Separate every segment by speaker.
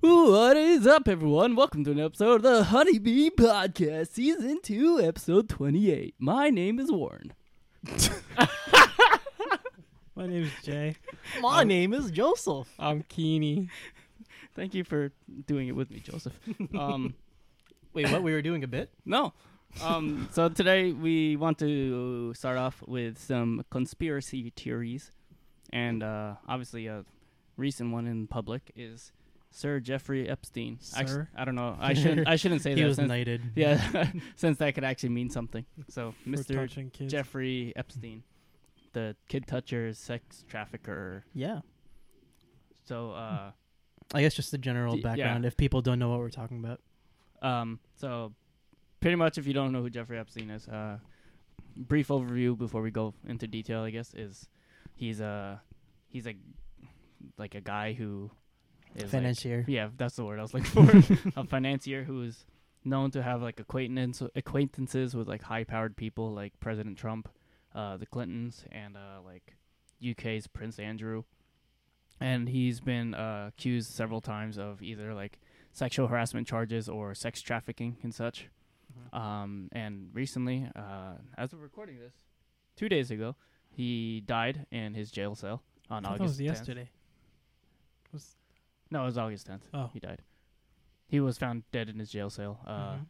Speaker 1: What is up, everyone? Welcome to an episode of the Honeybee Podcast, Season 2, Episode 28. My name is Warren.
Speaker 2: My name is Jay.
Speaker 1: Um,
Speaker 3: My name is Joseph.
Speaker 4: I'm Keeney.
Speaker 1: Thank you for doing it with me, Joseph. Um,
Speaker 3: Wait, what? We were doing a bit?
Speaker 1: no. Um, so today we want to start off with some conspiracy theories. And uh, obviously, a recent one in public is Sir Jeffrey Epstein. Actu-
Speaker 2: Sir?
Speaker 1: I don't know. I shouldn't, I shouldn't say that. since-
Speaker 3: knighted.
Speaker 1: yeah, since that could actually mean something. So,
Speaker 2: For
Speaker 1: Mr.
Speaker 2: touching kids.
Speaker 1: Jeffrey Epstein, the kid toucher, sex trafficker.
Speaker 3: Yeah.
Speaker 1: So, uh,
Speaker 3: I guess just the general
Speaker 1: D- yeah.
Speaker 3: background if people don't know what we're talking about.
Speaker 1: um, so pretty much, if you don't know who Jeffrey Epstein is, uh, brief overview before we go into detail, I guess, is he's a he's a like a guy who is like-
Speaker 3: Financier.
Speaker 1: yeah, that's the word I was looking for. a financier who is known to have like acquaintance acquaintances with like high powered people like President Trump, uh, the Clintons, and uh, like UK's Prince Andrew. And he's been uh, accused several times of either like sexual harassment charges or sex trafficking and such.
Speaker 2: Mm-hmm.
Speaker 1: Um, and recently, uh, as we're recording this, two days ago, he died in his jail cell on
Speaker 2: I thought
Speaker 1: August.
Speaker 2: that was
Speaker 1: 10th.
Speaker 2: yesterday. Was-
Speaker 1: No, it was August 10th.
Speaker 2: Oh.
Speaker 1: He died. He was found dead in his jail cell. Uh,
Speaker 2: Mhm.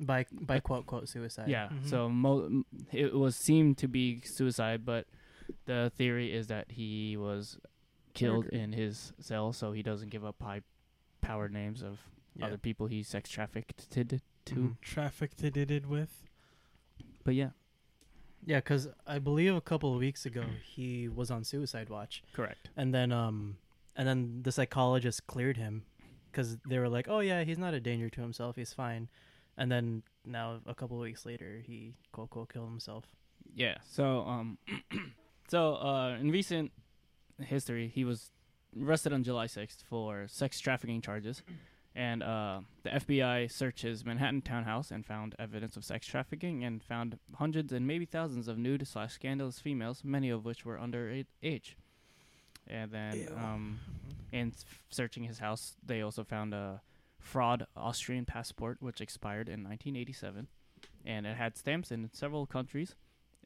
Speaker 3: By by quote quote suicide.
Speaker 1: Yeah.
Speaker 2: Mhm.
Speaker 1: So mo- m- it was seemed to be suicide, but the theory is that he was killed in his cell, so he doesn't give up high powered names of
Speaker 3: Yeah.
Speaker 1: other people he sex trafficked to.
Speaker 2: Mhm. Traffic they did it with.
Speaker 1: But yeah,
Speaker 3: Yeah, because I believe a couple of weeks ago he was on suicide watch,
Speaker 1: correct.
Speaker 3: and then um, and then the psychologist cleared him because they were like, "Oh yeah, he's not a danger to himself. He's fine." And then now a couple of weeks later, he quote quote killed himself.
Speaker 1: Yeah. So um, so uh, in recent history, he was arrested on July sixth for sex trafficking charges, and uh, the FBI searched his Manhattan townhouse and found evidence of sex trafficking and found hundreds and maybe thousands of nude slash scandalous females, many of which were under age. And then um, in s- searching his house, they also found a fraud Austrian passport which expired in 1987, and it had stamps in several countries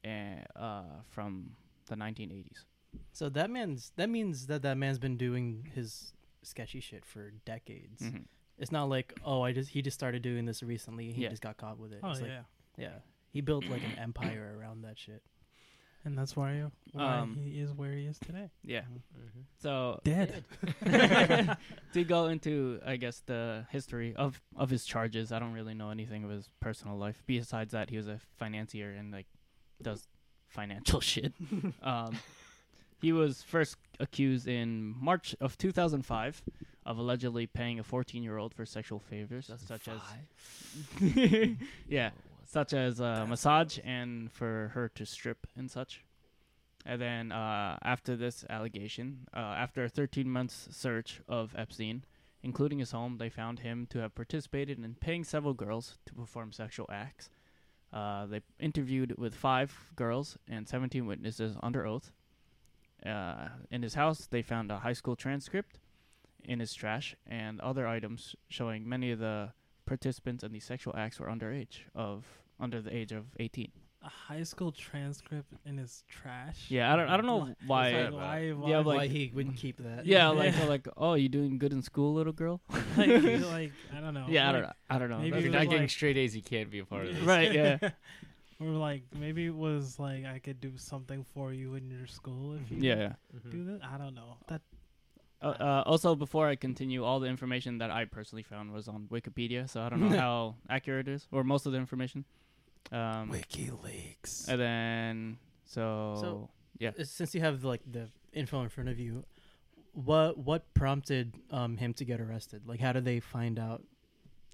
Speaker 1: eh, uh, from the 1980s.
Speaker 3: So that man's that means that that man's been doing his sketchy shit for decades.
Speaker 1: Mhm.
Speaker 3: It's not like oh I just he just started doing this recently. He
Speaker 1: Yeah.
Speaker 3: just got caught with it.
Speaker 2: Oh
Speaker 3: it's like,
Speaker 2: yeah,
Speaker 3: yeah. He built like an empire around that shit.
Speaker 2: and that's why, why
Speaker 1: Um,
Speaker 2: he is where he is today.
Speaker 1: Yeah. So
Speaker 2: Dead.
Speaker 1: to go into, I guess, the history of of his charges, I don't really know anything of his personal life. Besides that, he was a financier and like does financial shit. um, he was first accused in March of 2005 of allegedly paying a 14 year old for sexual favors, such as yeah, such as uh, massage and for her to strip and such. And then uh, after this allegation, uh, after a 13 months search of Epstein, including his home, they found him to have participated in paying several girls to perform sexual acts. Uh, they interviewed with five girls and 17 witnesses under oath. Uh, in his house, they found a high school transcript in his trash and other items showing many of the participants in these sexual acts were underage of under the age of 18.
Speaker 2: A high school transcript in his trash.
Speaker 1: Yeah, I don't I don't know
Speaker 2: Like,
Speaker 1: why
Speaker 2: it's like, why, why,
Speaker 1: Yeah,
Speaker 2: why-
Speaker 3: Why
Speaker 1: like-
Speaker 3: he wouldn't keep that?
Speaker 1: Yeah,
Speaker 2: Yeah.
Speaker 1: like like oh, you doing good in school, little girl.
Speaker 2: like, you, like, I don't know.
Speaker 1: yeah, I
Speaker 2: Oh, like,
Speaker 1: don't know. I don't know.
Speaker 2: maybe
Speaker 1: That's
Speaker 2: it
Speaker 4: if
Speaker 1: like-
Speaker 2: was
Speaker 4: you're not getting
Speaker 2: like-
Speaker 4: straight A's, you can't be a part of this.
Speaker 1: Right, yeah.
Speaker 2: or like maybe it was like I could do something for you in your school if you
Speaker 1: yeah, yeah.
Speaker 2: do that. I don't know. That
Speaker 1: Uh, uh, also, before I continue, all the information that I personally found was on Wikipedia, so I don't know how accurate it is, or most of the information. Um,
Speaker 2: WikiLeaks.
Speaker 1: and then so,
Speaker 3: So-
Speaker 1: yeah.
Speaker 3: Uh, Since you have like the info in front of you, what what prompted um him to get arrested? Like how did they find out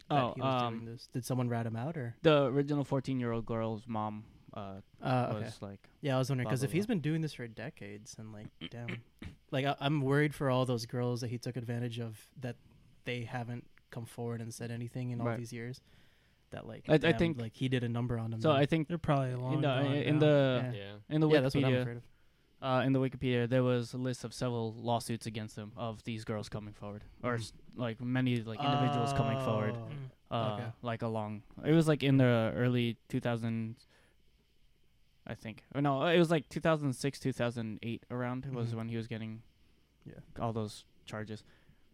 Speaker 3: that
Speaker 1: oh,
Speaker 3: he was doing
Speaker 1: um,
Speaker 3: this? Did someone rat him out or?
Speaker 1: the original fourteen-year-old girl's mom uh,
Speaker 3: Uh, okay.
Speaker 1: was like,
Speaker 3: Yeah, I was wondering
Speaker 1: blah,
Speaker 3: because
Speaker 1: blah,
Speaker 3: if he's
Speaker 1: blah.
Speaker 3: been doing this for decades and like, damn, like I, I'm worried for all those girls that he took advantage of that they haven't come forward and said anything in all
Speaker 1: Right.
Speaker 3: these years. That like,
Speaker 1: I- I
Speaker 3: damn,
Speaker 1: think-
Speaker 3: like he did a number on them.
Speaker 1: so
Speaker 3: now.
Speaker 1: I think
Speaker 2: They're probably long
Speaker 1: in the
Speaker 2: gone
Speaker 1: in
Speaker 2: now.
Speaker 1: the
Speaker 4: Yeah.
Speaker 1: in the
Speaker 3: yeah,
Speaker 1: Wikipedia,
Speaker 3: that's what I'm afraid of.
Speaker 1: uh, in the Wikipedia, there was a list of several lawsuits against them of these girls coming forward, or
Speaker 2: Hmm.
Speaker 3: Mm.
Speaker 1: s like many like individuals coming forward,
Speaker 3: Oh.
Speaker 2: Mm.
Speaker 1: uh,
Speaker 3: okay.
Speaker 1: like along. It was like in the early 2000s, I think. Or no, it was like 2006, 2008 around was
Speaker 3: Mhm.
Speaker 1: when he was getting
Speaker 3: Yeah.
Speaker 1: all those charges.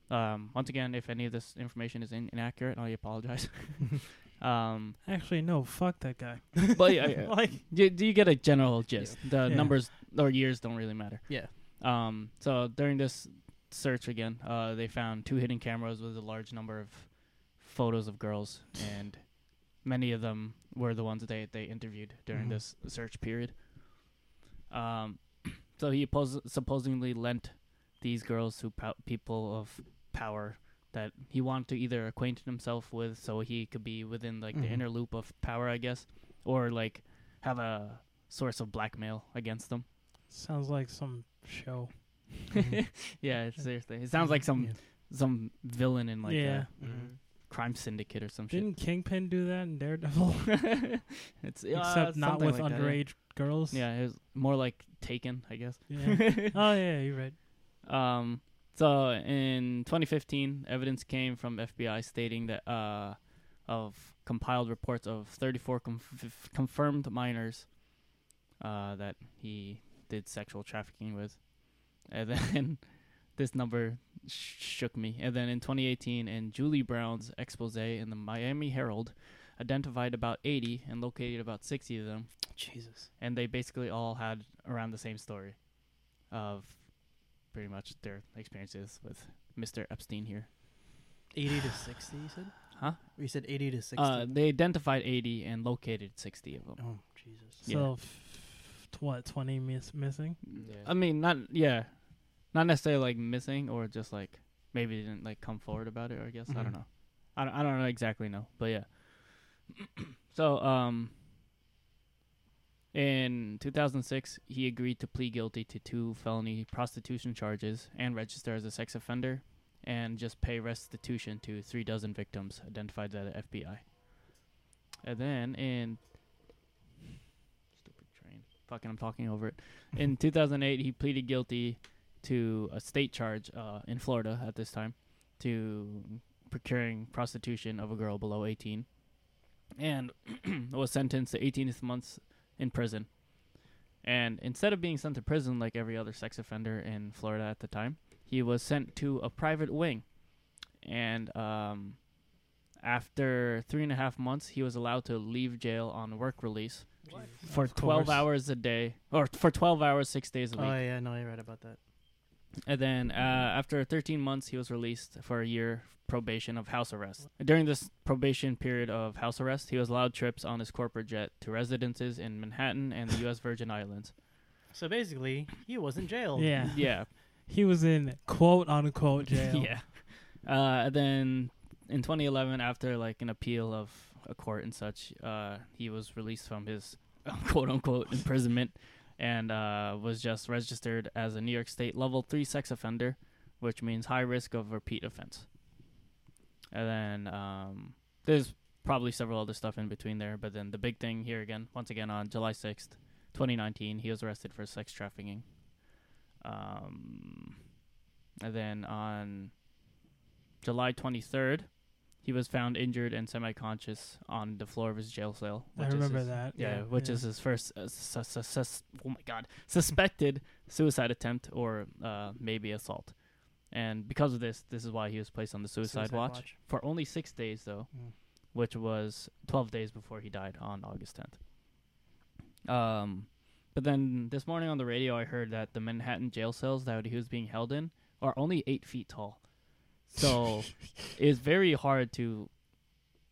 Speaker 1: Um, once again, if any of this information is in- inaccurate, I apologize. um,
Speaker 2: Actually, no. Fuck that guy.
Speaker 1: but yeah, yeah.
Speaker 2: like,
Speaker 1: Do, do you get a general gist? The
Speaker 2: Yeah.
Speaker 1: numbers or years don't really matter.
Speaker 3: Yeah.
Speaker 1: Um. So during this search again, uh, they found two hidden cameras with a large number of photos of girls, and many of them were the ones that they they interviewed during
Speaker 3: Mhm.
Speaker 2: Mm-hmm.
Speaker 1: this search period. Um, so he pos- supposedly lent these girls to pow- people of power that he wanted to either acquaint himself with, so he could be within like the
Speaker 2: Mm-hmm.
Speaker 3: Mhm.
Speaker 1: inner loop of power, I guess, or like have a source of blackmail against them.
Speaker 2: sounds like some show. Mm-hmm.
Speaker 1: Yeah, it's- seriously, it sounds like some
Speaker 3: Yeah.
Speaker 1: some villain in like
Speaker 2: yeah.
Speaker 3: Mhm.
Speaker 1: a crime syndicate or some
Speaker 2: Didn't Kingpin do that in Daredevil?
Speaker 1: shit. it's uh,
Speaker 2: Except not
Speaker 1: something
Speaker 2: with
Speaker 1: like that, yeah.
Speaker 2: underage girls.
Speaker 1: Yeah, it was more like Taken, I guess.
Speaker 2: Yeah. oh yeah, you're right.
Speaker 1: Um, so in 2015, evidence came from FBI stating that uh, of compiled reports of 34 conf- confirmed minors uh, that he did sexual trafficking with, and then this number sh- shook me. And then in 2018, in Julie Brown's expose in the Miami Herald, identified about 80 and located about 60 of them
Speaker 3: Jesus.
Speaker 1: and they basically all had around the same story of pretty much their experiences with Mr. Epstein here.
Speaker 3: 80 to 60, you said?
Speaker 1: Huh?
Speaker 3: You said 80 to 60.
Speaker 1: Uh, they identified 80 and located 60 of them.
Speaker 3: oh, Jesus.
Speaker 1: Yeah.
Speaker 2: So, f- t- what? Twenty miss- missing?
Speaker 1: I mean, not yeah, not necessarily like missing or just like maybe they didn't like come forward about it. Or I guess I don't
Speaker 3: Mhm.
Speaker 1: know. I don't, I don't know exactly know, but yeah. so um, in 2006, he agreed to plead guilty to two felony prostitution charges and register as a sex offender, and just pay restitution to three dozen victims identified by the FBI. And then in stupid train, fucking, I'm talking over it. In 2008, he pleaded guilty to a state charge uh, in Florida at this time to procuring prostitution of a girl below 18 and was sentenced to 18 months in prison. And instead of being sent to prison like every other sex offender in Florida at the time, he was sent to a private wing. And um, after three and a half months, he was allowed to leave jail on work release for
Speaker 2: Of
Speaker 1: 12
Speaker 2: course.
Speaker 1: hours a day, or for 12 hours, six days a
Speaker 3: Oh,
Speaker 1: week.
Speaker 3: yeah, no, I read about that.
Speaker 1: And then uh, after 13 months, he was released for a year probation of house arrest. During this probation period of house arrest, he was allowed trips on his corporate jet to residences in Manhattan and the U.S. Virgin Islands.
Speaker 3: So basically, he was in jail.
Speaker 2: Yeah.
Speaker 1: Yeah,
Speaker 2: He was in quote unquote jail.
Speaker 1: yeah. Uh, and then in 2011, after like an appeal of a court and such, uh, he was released from his quote unquote imprisonment and uh, was just registered as a New York State level three sex offender, which means high risk of repeat offense. And then um, there's probably several other stuff in between there, but then the big thing here again, once again on July 6th, 2019, he was arrested for sex trafficking. Um, and then on July 23rd, he was found injured and semi-conscious on the floor of his jail cell.
Speaker 2: I
Speaker 1: which is
Speaker 2: remember
Speaker 1: his-
Speaker 2: that.
Speaker 1: Yeah, which
Speaker 2: yeah.
Speaker 1: is his first uh, sus- sus- sus- oh my god suspected suicide attempt or uh, maybe assault. And because of this, this is why he was placed on the suicide, watch, for only six days though,
Speaker 3: Mm.
Speaker 1: which was 12 days before he died on August 10th. Um, but then this morning on the radio, I heard that the Manhattan jail cells that he was being held in are only eight feet tall, so it's very hard to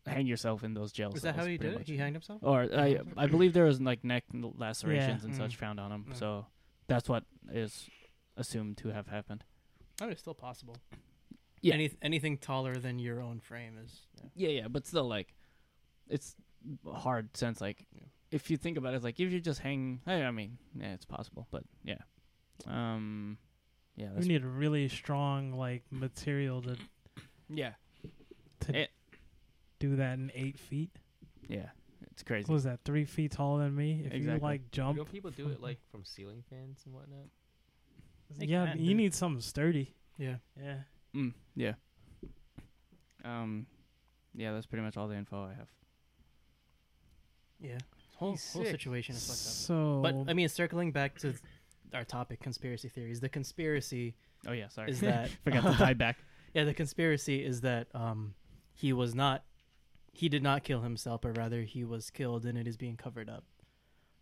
Speaker 1: hang yourself in those jail
Speaker 3: Is
Speaker 1: cells.
Speaker 3: that how he
Speaker 1: pretty
Speaker 3: did it?
Speaker 1: much.
Speaker 3: He hanged himself?
Speaker 1: Or I, I believe there was like neck lacerations
Speaker 2: Yeah.
Speaker 1: and
Speaker 3: Mm.
Speaker 1: such found on him,
Speaker 3: Mm.
Speaker 1: so that's what is assumed to have happened.
Speaker 3: I mean, Oh, it's still possible.
Speaker 1: Yeah.
Speaker 3: Any, anything taller than your own frame is. Yeah.
Speaker 1: Yeah, yeah, but still, like, it's hard since, like,
Speaker 3: Yeah.
Speaker 1: if you think about it, it's like if you just hang, I, I mean, yeah, it's possible, but yeah, um, yeah,
Speaker 2: We
Speaker 1: that's,
Speaker 2: need really strong like material to
Speaker 1: yeah,
Speaker 2: to
Speaker 1: It-
Speaker 2: do that in eight feet.
Speaker 1: yeah. It's crazy.
Speaker 2: What was that? Three feet taller than me. If you
Speaker 1: Exactly.
Speaker 2: like jump,
Speaker 4: Don't people do it like from ceiling fans and whatnot?
Speaker 3: They
Speaker 2: yeah,
Speaker 3: can't
Speaker 2: you
Speaker 3: do-
Speaker 2: need something sturdy.
Speaker 3: Yeah.
Speaker 2: Yeah.
Speaker 1: Mm, yeah. Um, yeah, that's pretty much all the info I have.
Speaker 3: Yeah. Whole
Speaker 4: He's
Speaker 3: whole
Speaker 4: sick.
Speaker 3: situation is fucked up.
Speaker 2: So,
Speaker 3: But I mean, circling back to our topic, conspiracy theories. The conspiracy
Speaker 1: Oh yeah, sorry.
Speaker 3: is that
Speaker 1: Forgot to tie back.
Speaker 3: yeah, the conspiracy is that um, he was not, he did not kill himself, but rather he was killed and it is being covered up,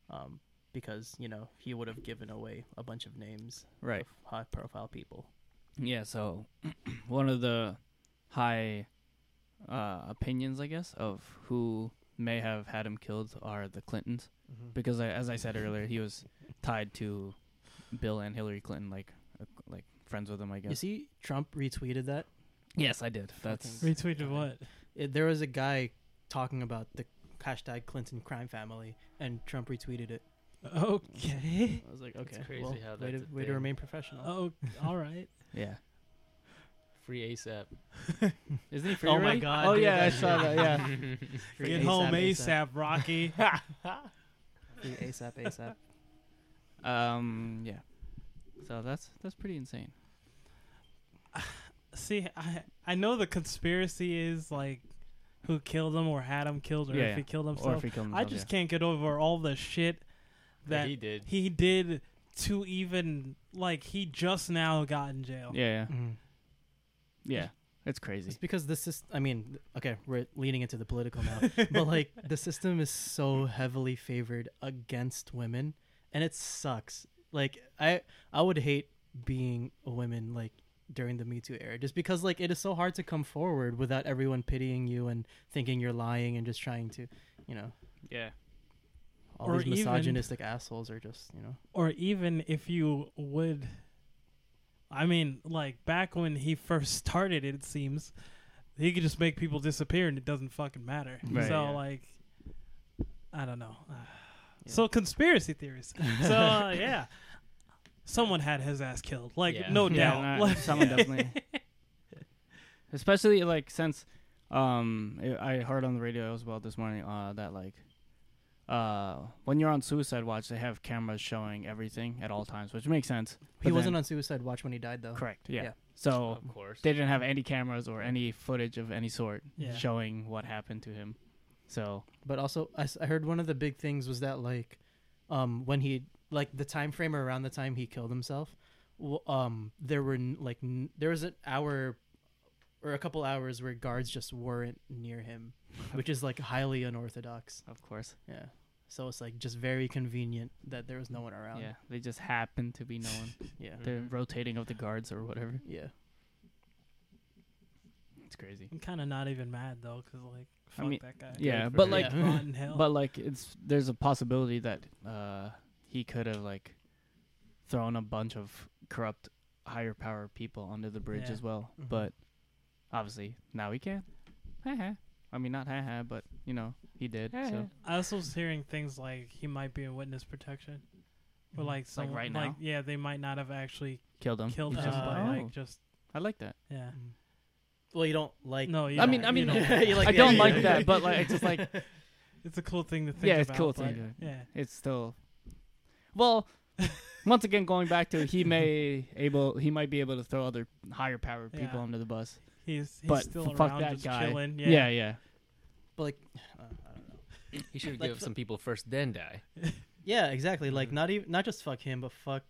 Speaker 3: um, because you know he would have given away a bunch of names
Speaker 1: Right.
Speaker 3: of high profile people.
Speaker 1: Yeah, so one of the high uh, opinions, I guess, of who may have had him killed are the Clintons, because I, as I said earlier, he was tied to Bill and Hillary Clinton, like uh, like friends with them, I
Speaker 3: You
Speaker 1: guess.
Speaker 3: see, Trump retweeted that.
Speaker 1: Yes, I did. That's
Speaker 3: Fucking-
Speaker 2: retweeted what?
Speaker 3: It, there was a guy talking about the hashtag Clinton crime family, and Trump retweeted it.
Speaker 2: Okay.
Speaker 3: I was like,
Speaker 4: It's
Speaker 3: okay,
Speaker 4: crazy
Speaker 3: well,
Speaker 4: how
Speaker 3: way to,
Speaker 4: that's a
Speaker 3: way to
Speaker 4: thing.
Speaker 3: remain professional.
Speaker 2: Oh, all right.
Speaker 1: yeah.
Speaker 4: Free ASAP.
Speaker 1: Isn't he free?
Speaker 3: Oh my
Speaker 1: already?
Speaker 3: God,
Speaker 1: Oh
Speaker 3: dude,
Speaker 1: yeah, I
Speaker 3: that
Speaker 1: saw that.
Speaker 3: shit.
Speaker 1: Yeah.
Speaker 3: Free
Speaker 2: Get home
Speaker 3: ASAP.
Speaker 2: ASAP, Rocky.
Speaker 3: Free ASAP, ASAP.
Speaker 1: Um. Yeah. So that's that's pretty insane.
Speaker 2: See, I I know the conspiracy is like who killed him or had him killed or
Speaker 1: Yeah,
Speaker 2: if
Speaker 1: yeah.
Speaker 2: he killed
Speaker 1: Or if
Speaker 2: himself.
Speaker 1: he killed
Speaker 2: I
Speaker 1: himself,
Speaker 2: just can't get over all the shit that
Speaker 4: he did.
Speaker 2: he did to even like he just now got in jail.
Speaker 1: yeah. yeah, yeah,
Speaker 3: Mm.
Speaker 1: yeah. It's crazy.
Speaker 3: It's because the system. I mean, th- okay, we're leaning into the political now, but like the system is so heavily favored against women, and it sucks. Like I, I would hate being a woman like during the Me Too era, just because like it is so hard to come forward without everyone pitying you and thinking you're lying and just trying to, you know,
Speaker 1: Yeah.
Speaker 3: all
Speaker 2: Or
Speaker 3: these
Speaker 2: even-
Speaker 3: misogynistic assholes are just, you know,
Speaker 2: Or even if you would I mean, like back when he first started it, it seems he could just make people disappear and it doesn't fucking matter.
Speaker 1: Right,
Speaker 2: so
Speaker 1: yeah.
Speaker 2: like I don't know. Uh, So conspiracy theories. so uh, yeah. Someone had his ass killed. Like
Speaker 4: Yeah.
Speaker 2: no
Speaker 1: Yeah,
Speaker 2: doubt.
Speaker 1: nah,
Speaker 2: Like,
Speaker 1: someone definitely. Especially like since um I I heard on the radio as well this morning uh that like uh when you're on suicide watch they have cameras showing everything at all times which makes sense.
Speaker 3: he wasn't on suicide watch when he died though.
Speaker 1: correct. Uh, Yeah.
Speaker 3: yeah.
Speaker 1: So
Speaker 4: Of course.
Speaker 1: they didn't have any cameras or any footage of any sort
Speaker 2: Yeah.
Speaker 1: showing what happened to him. So
Speaker 3: but also I, s- I heard one of the big things was that like um when he like the time frame around the time he killed himself w- um there were n- like n- there was an hour or a couple hours where guards just weren't near him which is like highly unorthodox
Speaker 1: of course,
Speaker 3: yeah so it's like just very convenient that there was no one around
Speaker 1: yeah, they just happened to be known.
Speaker 3: yeah
Speaker 1: the
Speaker 4: Mhm.
Speaker 1: rotating of the guards or whatever.
Speaker 3: yeah
Speaker 1: It's crazy.
Speaker 2: I'm kind of not even mad though, cause like fuck
Speaker 1: mean,
Speaker 2: that guy.
Speaker 1: Yeah,
Speaker 4: for
Speaker 1: but
Speaker 4: him.
Speaker 1: like
Speaker 3: Yeah.
Speaker 2: rotten hell.
Speaker 1: But like, it's there's a possibility that uh, he could have like thrown a bunch of corrupt higher power people under the bridge
Speaker 2: Yeah.
Speaker 1: as well.
Speaker 3: Mhm.
Speaker 1: But obviously now he can. Ha ha. I mean, not ha ha, but you know he did. So
Speaker 2: I also was hearing things like he might be in witness protection, or like someone,
Speaker 1: Mm-hmm. right now?
Speaker 2: yeah, they might not have actually
Speaker 1: killed him.
Speaker 2: killed
Speaker 1: He's
Speaker 2: him,
Speaker 1: just
Speaker 2: but
Speaker 1: like,
Speaker 2: like
Speaker 1: "Oh,
Speaker 2: just
Speaker 1: I like that.
Speaker 2: yeah.
Speaker 3: well you don't like
Speaker 2: No, you
Speaker 1: I
Speaker 2: don't-
Speaker 1: mean, I
Speaker 2: you
Speaker 1: mean,
Speaker 2: don't.
Speaker 3: You like
Speaker 1: I
Speaker 3: the
Speaker 1: don't
Speaker 3: idea.
Speaker 1: like that, but like, it's just like
Speaker 2: it's a cool thing to think.
Speaker 1: Yeah, it's
Speaker 2: about,
Speaker 1: cool thing to-
Speaker 2: but, Yeah,
Speaker 1: it's still well once again going back to he may able he might be able to throw other higher powered people
Speaker 2: Yeah.
Speaker 1: under the bus
Speaker 2: he's he's
Speaker 1: But
Speaker 2: still
Speaker 1: fuck
Speaker 2: around,
Speaker 1: that
Speaker 2: just
Speaker 1: guy.
Speaker 2: chilling.
Speaker 1: yeah
Speaker 2: Yeah,
Speaker 1: yeah, yeah.
Speaker 3: but like uh, I don't know.
Speaker 4: he should
Speaker 3: like-
Speaker 4: give some people first, then die.
Speaker 3: yeah exactly like not even not just fuck him but fuck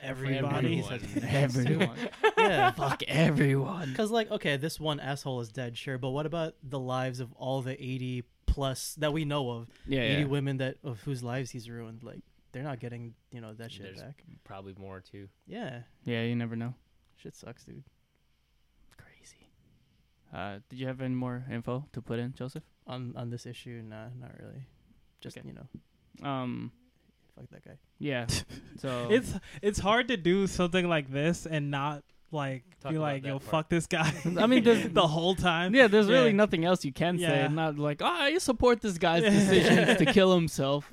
Speaker 3: everybody
Speaker 2: Everyone.
Speaker 1: everyone
Speaker 3: yeah
Speaker 1: fuck everyone
Speaker 3: Because, like, okay, this one asshole is dead, sure, but what about the lives of all the 80 plus that we know of?
Speaker 1: yeah,
Speaker 3: 80
Speaker 1: yeah.
Speaker 3: women that of whose lives he's ruined. Like, they're not getting, you know, that shit
Speaker 4: There's-
Speaker 3: back.
Speaker 4: Probably more too.
Speaker 3: Yeah.
Speaker 1: yeah you never know
Speaker 3: Shit sucks, dude.
Speaker 1: crazy uh did you have any more info to put in joseph
Speaker 3: On on this issue, nah, not really. Just,
Speaker 1: Okay.
Speaker 3: you know,
Speaker 1: um
Speaker 3: fuck that guy.
Speaker 1: yeah so
Speaker 2: it's it's hard to do something like this and not like
Speaker 4: Talk
Speaker 2: be
Speaker 4: about
Speaker 2: like,
Speaker 4: that
Speaker 2: yo,
Speaker 4: part.
Speaker 2: fuck this guy.
Speaker 1: I mean, there's-
Speaker 2: the whole time.
Speaker 1: yeah there's really
Speaker 2: yeah.
Speaker 1: nothing else you can say
Speaker 2: Yeah.
Speaker 1: not like oh, i support this guy's decisions to kill himself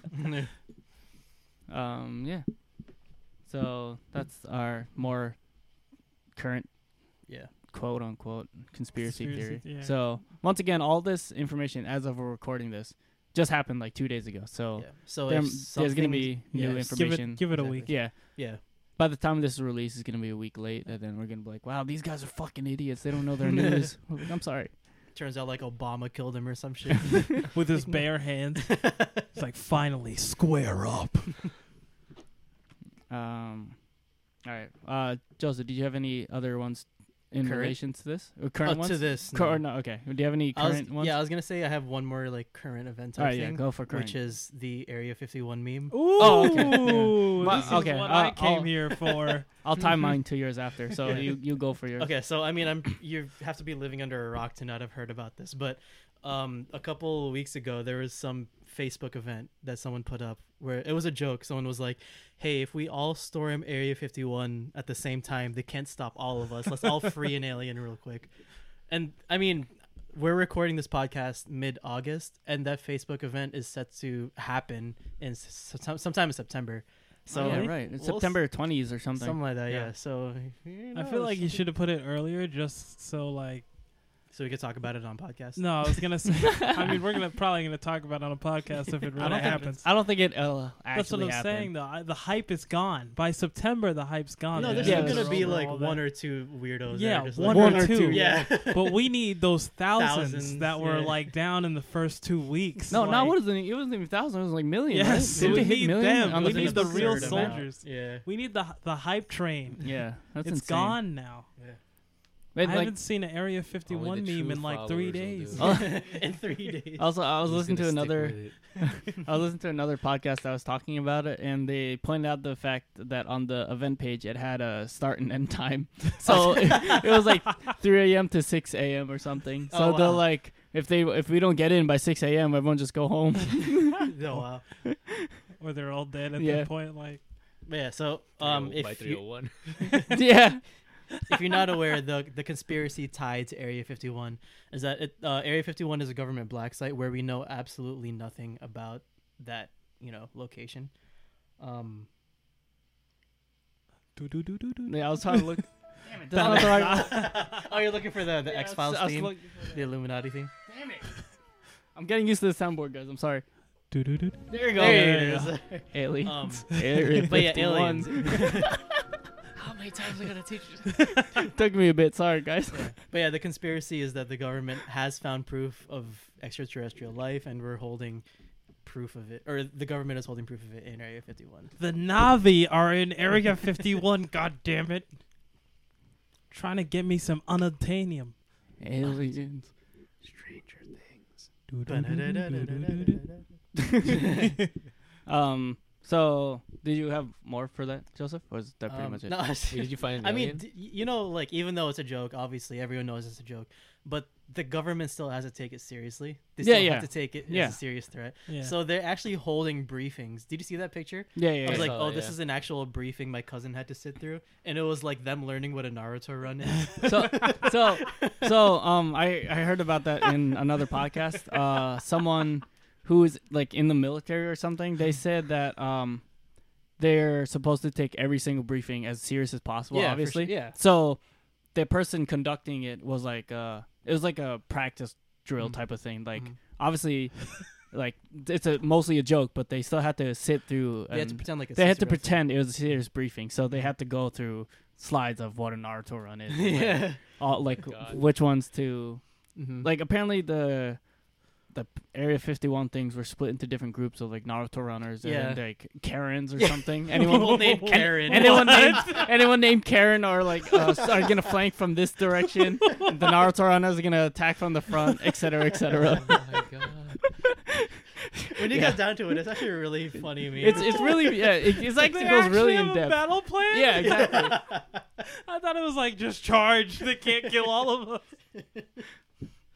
Speaker 1: Um, yeah. So that's our more current
Speaker 3: Yeah.
Speaker 1: quote unquote conspiracy,
Speaker 2: Conspiracy
Speaker 1: theory.
Speaker 2: theory.
Speaker 1: So once again, all this information as of we're recording this just happened like two days ago. So
Speaker 3: Yeah. So
Speaker 1: Oh. there-
Speaker 3: if
Speaker 1: there's gonna
Speaker 3: something-
Speaker 1: be new
Speaker 3: yeah,
Speaker 2: Give
Speaker 1: information.
Speaker 2: it, give it a
Speaker 3: Exactly.
Speaker 2: week.
Speaker 1: yeah.
Speaker 3: yeah.
Speaker 1: By the time this is released, it's gonna be a week late, and then we're gonna be like, "Wow, these guys are fucking idiots. They don't know their news." I'm sorry.
Speaker 3: Turns out like Obama killed him or some shit.
Speaker 2: with his bare hands. It's like finally square up.
Speaker 1: Um, all right, uh, Joseph, did you have any other ones in
Speaker 3: Current?
Speaker 1: relation to this or current
Speaker 3: Up
Speaker 1: ones?
Speaker 3: to this.
Speaker 1: Cur- or
Speaker 3: no.
Speaker 1: no, okay. Do you have any
Speaker 3: I was,
Speaker 1: current ones?
Speaker 3: Yeah, I was gonna say I have one more like current event
Speaker 1: All
Speaker 3: type
Speaker 1: right, yeah,
Speaker 3: thing,
Speaker 1: go for current.
Speaker 3: which is the Area 51 meme.
Speaker 2: Ooh,
Speaker 1: Oh, okay. My-
Speaker 2: this is
Speaker 1: okay,
Speaker 2: what
Speaker 1: I'll-
Speaker 2: I came
Speaker 1: I'll-
Speaker 2: here for.
Speaker 1: I'll tie mine two years after, so you you go for yours.
Speaker 3: Okay, so I mean, I'm you have to be living under a rock to not have heard about this, but um, a couple of weeks ago there was some Facebook event that someone put up where it was a joke. Someone was like, "Hey, if we all storm Area 51 at the same time, they can't stop all of us. Let's all free an alien real quick." And I mean, we're recording this podcast mid-August, and that Facebook event is set to happen in s- sometime sometime in September. So
Speaker 1: So yeah, right, it's
Speaker 3: we'll s-
Speaker 1: September twenties or something.
Speaker 3: Something like that, yeah.
Speaker 4: Yeah.
Speaker 3: So
Speaker 2: I feel like you should have put it earlier, just so like.
Speaker 3: so we could talk about it on podcast.
Speaker 2: No, I was gonna say. I mean, we're gonna probably gonna talk about it on a podcast if it
Speaker 1: I
Speaker 2: really
Speaker 1: don't think
Speaker 2: happens.
Speaker 1: I don't think it uh, actually
Speaker 2: That's what I'm
Speaker 1: happened.
Speaker 2: saying, though. I, the hype is gone. By September, the hype's gone.
Speaker 3: No,
Speaker 2: The
Speaker 3: there's
Speaker 1: Yeah,
Speaker 3: still
Speaker 2: memes
Speaker 3: gonna
Speaker 2: are
Speaker 3: be
Speaker 2: over,
Speaker 3: like
Speaker 2: all
Speaker 3: one
Speaker 2: that.
Speaker 3: or two weirdos. that
Speaker 2: yeah,
Speaker 3: are just
Speaker 2: one,
Speaker 3: like,
Speaker 1: One
Speaker 2: or
Speaker 1: or
Speaker 2: two.
Speaker 1: two.
Speaker 3: Yeah.
Speaker 2: but we need those thousands,
Speaker 3: Thousands,
Speaker 2: that were
Speaker 3: yeah.
Speaker 2: like down in the first two weeks.
Speaker 1: No,
Speaker 2: like,
Speaker 1: not what is it? It wasn't even thousands. It was like millions.
Speaker 2: Yes,
Speaker 1: right?
Speaker 2: so
Speaker 1: Didn't
Speaker 2: we
Speaker 1: it hit
Speaker 2: need
Speaker 1: million?
Speaker 2: them.
Speaker 1: I
Speaker 2: We
Speaker 1: was
Speaker 2: need
Speaker 1: in
Speaker 2: the real
Speaker 1: absurd amount.
Speaker 2: soldiers.
Speaker 3: Yeah.
Speaker 2: We need the the hype train.
Speaker 1: Yeah, that's
Speaker 2: It's
Speaker 1: insane.
Speaker 2: gone now.
Speaker 1: Wait,
Speaker 2: I
Speaker 1: like,
Speaker 2: haven't seen an Area 51
Speaker 4: true
Speaker 2: meme in like three
Speaker 4: followers will
Speaker 2: days.
Speaker 4: do it.
Speaker 3: In three days.
Speaker 1: also, I was
Speaker 4: He's
Speaker 1: listening to
Speaker 4: gonna stick
Speaker 1: another.
Speaker 4: with it.
Speaker 1: I was listening to another podcast that was talking about it, and they pointed out the fact that on the event page it had a start and end time, so it, it was like 3 a.m. to 6 a.m. or something. So
Speaker 3: Oh,
Speaker 1: they're
Speaker 3: wow.
Speaker 1: like, if they if we don't get in by 6 a.m., everyone just go home.
Speaker 3: no, Oh, wow.
Speaker 2: Or they're all dead at
Speaker 1: Yeah.
Speaker 2: that point. Like,
Speaker 3: But yeah. So um,
Speaker 4: 301 oh, by
Speaker 3: if you,
Speaker 4: 301.
Speaker 1: yeah,
Speaker 3: if you're not aware, the the conspiracy tied to Area 51 is that it, uh, Area 51 is a government black site where we know absolutely nothing about that you know location. Um,
Speaker 2: doo doo doo doo doo.
Speaker 1: yeah. I was trying to look. Damn it! That's
Speaker 3: That-
Speaker 1: not the right.
Speaker 3: oh, you're looking for the the
Speaker 1: Yeah, I
Speaker 3: X Files
Speaker 1: was- I was
Speaker 3: theme,
Speaker 1: looking for
Speaker 3: the Illuminati theme.
Speaker 1: that. Damn it! I'm getting used to the soundboard, guys. I'm sorry.
Speaker 2: Doo doo doo.
Speaker 1: There you go.
Speaker 3: There it
Speaker 1: Yeah,
Speaker 3: is.
Speaker 1: Alien.
Speaker 3: Um,
Speaker 1: Area
Speaker 3: but yeah,
Speaker 1: 51.
Speaker 3: aliens.
Speaker 4: How many times I gotta teach you?
Speaker 1: Took me a bit. Sorry, guys.
Speaker 3: But yeah, the conspiracy is that the government has found proof of extraterrestrial life, and we're holding proof of it, or the government is holding proof of it in Area 51.
Speaker 2: The Navi are in Area 51. God damn it! Trying to get me some unobtainium.
Speaker 1: Aliens.
Speaker 4: Stranger Things.
Speaker 2: Doo doo doo doo doo doo doo doo.
Speaker 1: Um. So, did you have more for that, Joseph? Or is that pretty
Speaker 3: Um,
Speaker 1: much it?
Speaker 3: no,
Speaker 4: Did you find an
Speaker 3: I mean,
Speaker 4: alien?
Speaker 3: d- you know, like even though it's a joke, obviously everyone knows it's a joke, but the government still has to take it seriously. They
Speaker 1: Yeah,
Speaker 3: still
Speaker 1: yeah.
Speaker 3: have to take it
Speaker 1: Yeah.
Speaker 3: as a serious threat.
Speaker 2: Yeah.
Speaker 3: So they're actually holding briefings. Did you see that picture?
Speaker 1: Yeah, yeah.
Speaker 3: I was
Speaker 1: yeah.
Speaker 3: like,
Speaker 4: saw
Speaker 3: oh,
Speaker 4: that,
Speaker 3: this
Speaker 4: yeah.
Speaker 3: is an actual briefing my cousin had to sit through, and it was like them learning what a Naruto run is.
Speaker 1: so, so, so. Um, I I heard about that in another podcast. Uh, someone who is like in the military or something. They said that um, they're supposed to take every single briefing as serious as possible.
Speaker 3: Yeah, for
Speaker 1: obviously.
Speaker 3: su- yeah.
Speaker 1: So, the person conducting it was like uh, it was like a practice drill type of thing. Like,
Speaker 3: Mhm.
Speaker 1: obviously. Like it's a mostly a joke, but they still had to sit through.
Speaker 3: They had to
Speaker 1: and-
Speaker 3: pretend like it's Mm-hmm.
Speaker 1: they had to
Speaker 3: serious.
Speaker 1: pretend it was a serious briefing, so they had to go through slides of what a Naruto run is. and where-
Speaker 3: yeah. Oh
Speaker 1: all, like
Speaker 4: God.
Speaker 1: which ones to
Speaker 3: Mhm.
Speaker 1: like. Apparently the the Area 51 things were split into different groups of like Naruto runners and
Speaker 3: Yeah.
Speaker 1: like Karens or
Speaker 3: Yeah.
Speaker 1: something.
Speaker 3: People
Speaker 1: Anyone.
Speaker 3: named Karen.
Speaker 1: Anyone named, anyone named Karen are like uh, s- are gonna flank from this direction. The Naruto runners are gonna attack from the front, etc., etc.
Speaker 4: Oh my god.
Speaker 3: when you
Speaker 1: Yeah.
Speaker 3: get down to it, it's actually a really funny meme.
Speaker 1: It's it's really yeah. It, it's
Speaker 2: Like,
Speaker 1: actually
Speaker 2: they
Speaker 1: goes
Speaker 2: actually
Speaker 1: really
Speaker 2: have
Speaker 1: in
Speaker 2: a
Speaker 1: depth.
Speaker 2: battle plan.
Speaker 1: Yeah, exactly.
Speaker 2: I thought it was like just charge. They can't kill all of us.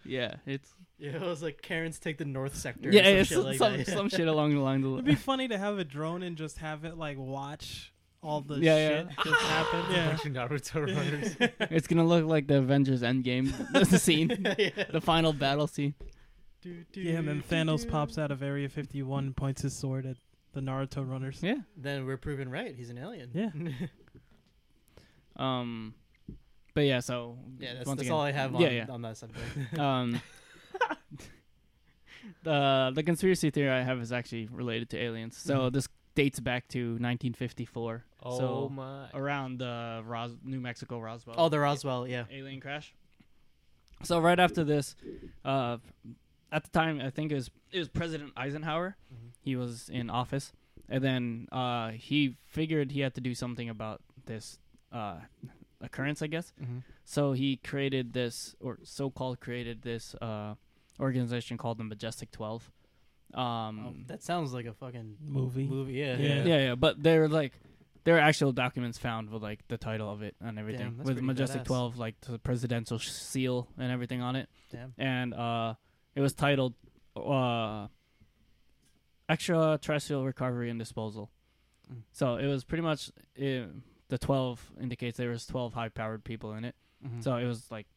Speaker 1: yeah, it's
Speaker 3: Yeah, it was like Karens take the North Sector.
Speaker 1: yeah,
Speaker 3: or
Speaker 1: it's
Speaker 3: some shit like
Speaker 1: some,
Speaker 3: that.
Speaker 1: some shit along the lines of
Speaker 2: It'd be funny to have a drone and just have it like watch all the
Speaker 1: Yeah,
Speaker 2: shit
Speaker 1: yeah.
Speaker 2: that just happened. Yeah.
Speaker 4: Bunch of Naruto runners.
Speaker 1: It's gonna look like the Avengers Endgame the scene,
Speaker 3: yeah.
Speaker 1: the final battle scene.
Speaker 3: Do, do,
Speaker 2: Yeah, and then
Speaker 3: do,
Speaker 2: Thanos
Speaker 3: do.
Speaker 2: pops out of Area 51 and points his sword at the Naruto runners.
Speaker 1: Yeah.
Speaker 3: Then we're proven right. He's an alien.
Speaker 2: Yeah.
Speaker 1: Um, but yeah. So
Speaker 3: yeah. That's,
Speaker 1: once
Speaker 3: that's
Speaker 1: again,
Speaker 3: all I have on,
Speaker 1: Yeah, yeah.
Speaker 3: on that subject.
Speaker 1: Um, the the conspiracy theory I have is actually related to aliens. So
Speaker 3: Mhm.
Speaker 1: this dates back to 1954.
Speaker 4: Oh
Speaker 1: so
Speaker 4: my.
Speaker 1: around the Ros- New Mexico Roswell.
Speaker 3: Oh, the Roswell, yeah.
Speaker 1: alien crash. So right after this, uh, at the time I think it was it was President Eisenhower.
Speaker 3: Mm-hmm.
Speaker 1: He was in office, and then uh, he figured he had to do something about this uh, occurrence, I guess.
Speaker 3: Mm-hmm.
Speaker 1: So he created this, or so-called created this uh, organization called the Majestic Twelve.
Speaker 3: Oh,
Speaker 1: Um,
Speaker 3: that sounds like a fucking
Speaker 2: Movie.
Speaker 3: Movie, yeah.
Speaker 2: Yeah.
Speaker 1: yeah. yeah, But there were like there were actual documents found with like the title of it and everything,
Speaker 3: Damn, that's
Speaker 1: with
Speaker 3: pretty
Speaker 1: Majestic
Speaker 3: badass.
Speaker 1: Twelve, like the presidential sh- seal and everything on it.
Speaker 3: Damn.
Speaker 1: And uh, it was titled uh, "Extraterrestrial Recovery and Disposal."
Speaker 3: Mm.
Speaker 1: So it was pretty much eh, the twelve indicates there was twelve high-powered people in it.
Speaker 2: Mm-hmm.
Speaker 3: Mhm.
Speaker 1: So it was like,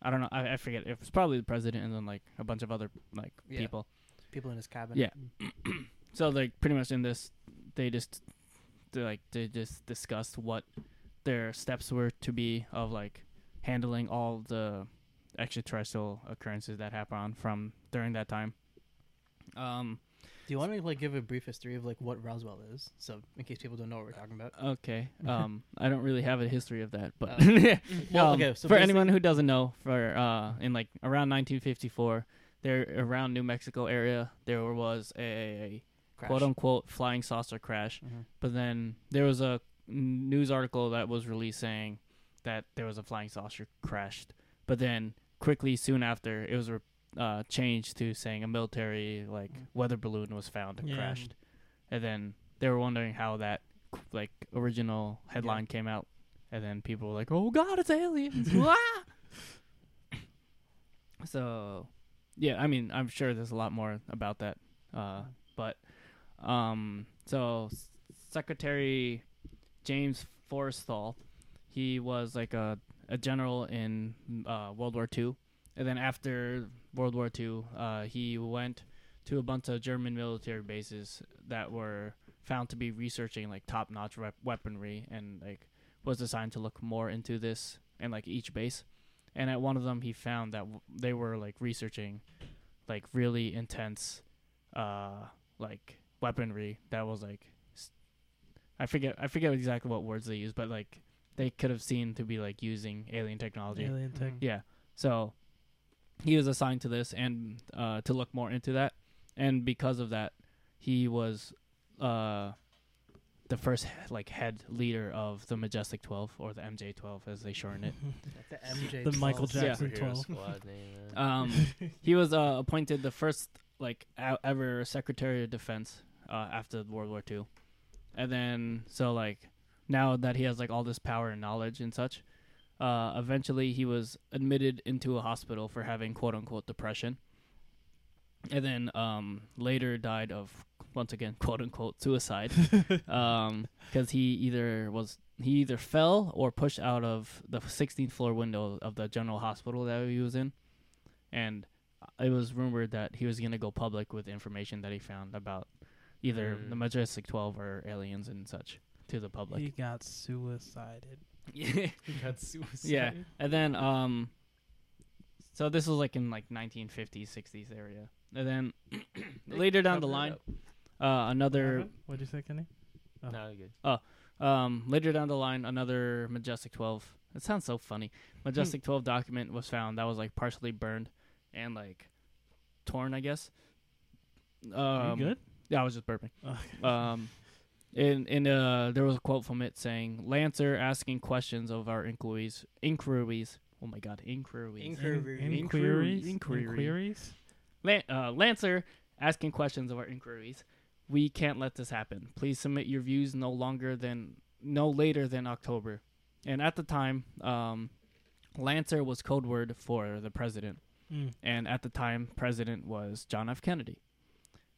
Speaker 1: I don't know, I, I forget. It was probably the president and then like a bunch of other like
Speaker 3: Yeah.
Speaker 1: people.
Speaker 3: people in his cabin.
Speaker 1: Yeah. So like pretty much in this, they just they like they just discussed what their steps were to be of like handling all the extraterrestrial occurrences that happened from during that time. Um.
Speaker 3: Do you want me to like give a brief history of like what Roswell is, so in case people don't know what we're talking about?
Speaker 1: Okay. Um. I don't really have a history of that, but
Speaker 3: Uh, Well,
Speaker 1: Um,
Speaker 3: okay, so
Speaker 1: for
Speaker 3: basic-
Speaker 1: anyone who doesn't know, for uh, in like around 1954, there around New Mexico area, there was a
Speaker 3: Crash.
Speaker 1: quote unquote flying saucer crash.
Speaker 3: Mhm.
Speaker 1: But then there was a n- news article that was released saying that there was a flying saucer crashed. But then quickly soon after, it was re- uh, changed to saying a military like
Speaker 3: Mhm.
Speaker 1: weather balloon was found and
Speaker 2: Yeah.
Speaker 1: crashed. And then they were wondering how that like original headline came out. And then people were like, "Oh God, it's aliens!" Wah! so, yeah, I mean, I'm sure there's a lot more about that, uh, but um, so S- Secretary James Forrestal, he was like a a general in uh, World War II, and then after World War II, uh, he went to a bunch of German military bases that were found to be researching like top-notch rep- weaponry and like was assigned to look more into this and like each base and at one of them he found that w- they were like researching like really intense uh like weaponry that was like s- i forget i forget exactly what words they used but like they could have seen to be like using alien technology
Speaker 2: Alien tech.
Speaker 3: Mhm.
Speaker 1: yeah. So he was assigned to this and uh, to look more into that. And because of that, he was uh, the first like head leader of the Majestic 12 or the MJ 12 as they shorten it.
Speaker 3: the MJ,
Speaker 2: The Michael
Speaker 3: twelve.
Speaker 1: Yeah.
Speaker 2: Jackson
Speaker 4: Superhero
Speaker 2: 12.
Speaker 4: squad name, uh,
Speaker 1: Um, he was uh, appointed the first like a- ever Secretary of Defense uh, after World War II, and then so like now that he has like all this power and knowledge and such, uh, eventually he was admitted into a hospital for having quote unquote depression, and then um, later died of once again quote unquote suicide, um, because he either was he either fell or pushed out of the 16th floor window of the general hospital that he was in and it was rumored that he was going to go public with information that he found about either
Speaker 4: Mm.
Speaker 1: the Majestic 12 or aliens and such to the
Speaker 2: he
Speaker 1: public.
Speaker 2: got suicided.
Speaker 4: he got suicide.
Speaker 1: yeah. And then um so this was like in like 1950s 60s area. And then later down the
Speaker 4: Cover it
Speaker 1: line
Speaker 4: up.
Speaker 1: uh another
Speaker 2: What would you say, Kenny? Oh.
Speaker 4: No, good.
Speaker 1: Um, later down the line, another Majestic 12. It sounds so funny.
Speaker 2: Hmm.
Speaker 1: Majestic 12 document was found that was like partially burned and like torn, I guess.
Speaker 2: Are
Speaker 1: Um,
Speaker 2: you good?
Speaker 1: Yeah, I was just burping.
Speaker 2: Okay.
Speaker 1: Um, and and uh, there was a quote from it saying, "Lancer asking questions of our inquiries, inquiries. Oh my God, inquiries.
Speaker 3: Inqu- Inquiries.
Speaker 2: In-
Speaker 1: Inquiries.
Speaker 2: inquiries.
Speaker 1: Inquiry.
Speaker 2: Inquiries.
Speaker 1: Lan- uh, Lancer asking questions of our inquiries. We can't let this happen. Please submit your views no longer than no later than October. And at the time, um, Lancer was code word for the president,
Speaker 2: Mm.
Speaker 1: and at the time, president was John F. Kennedy.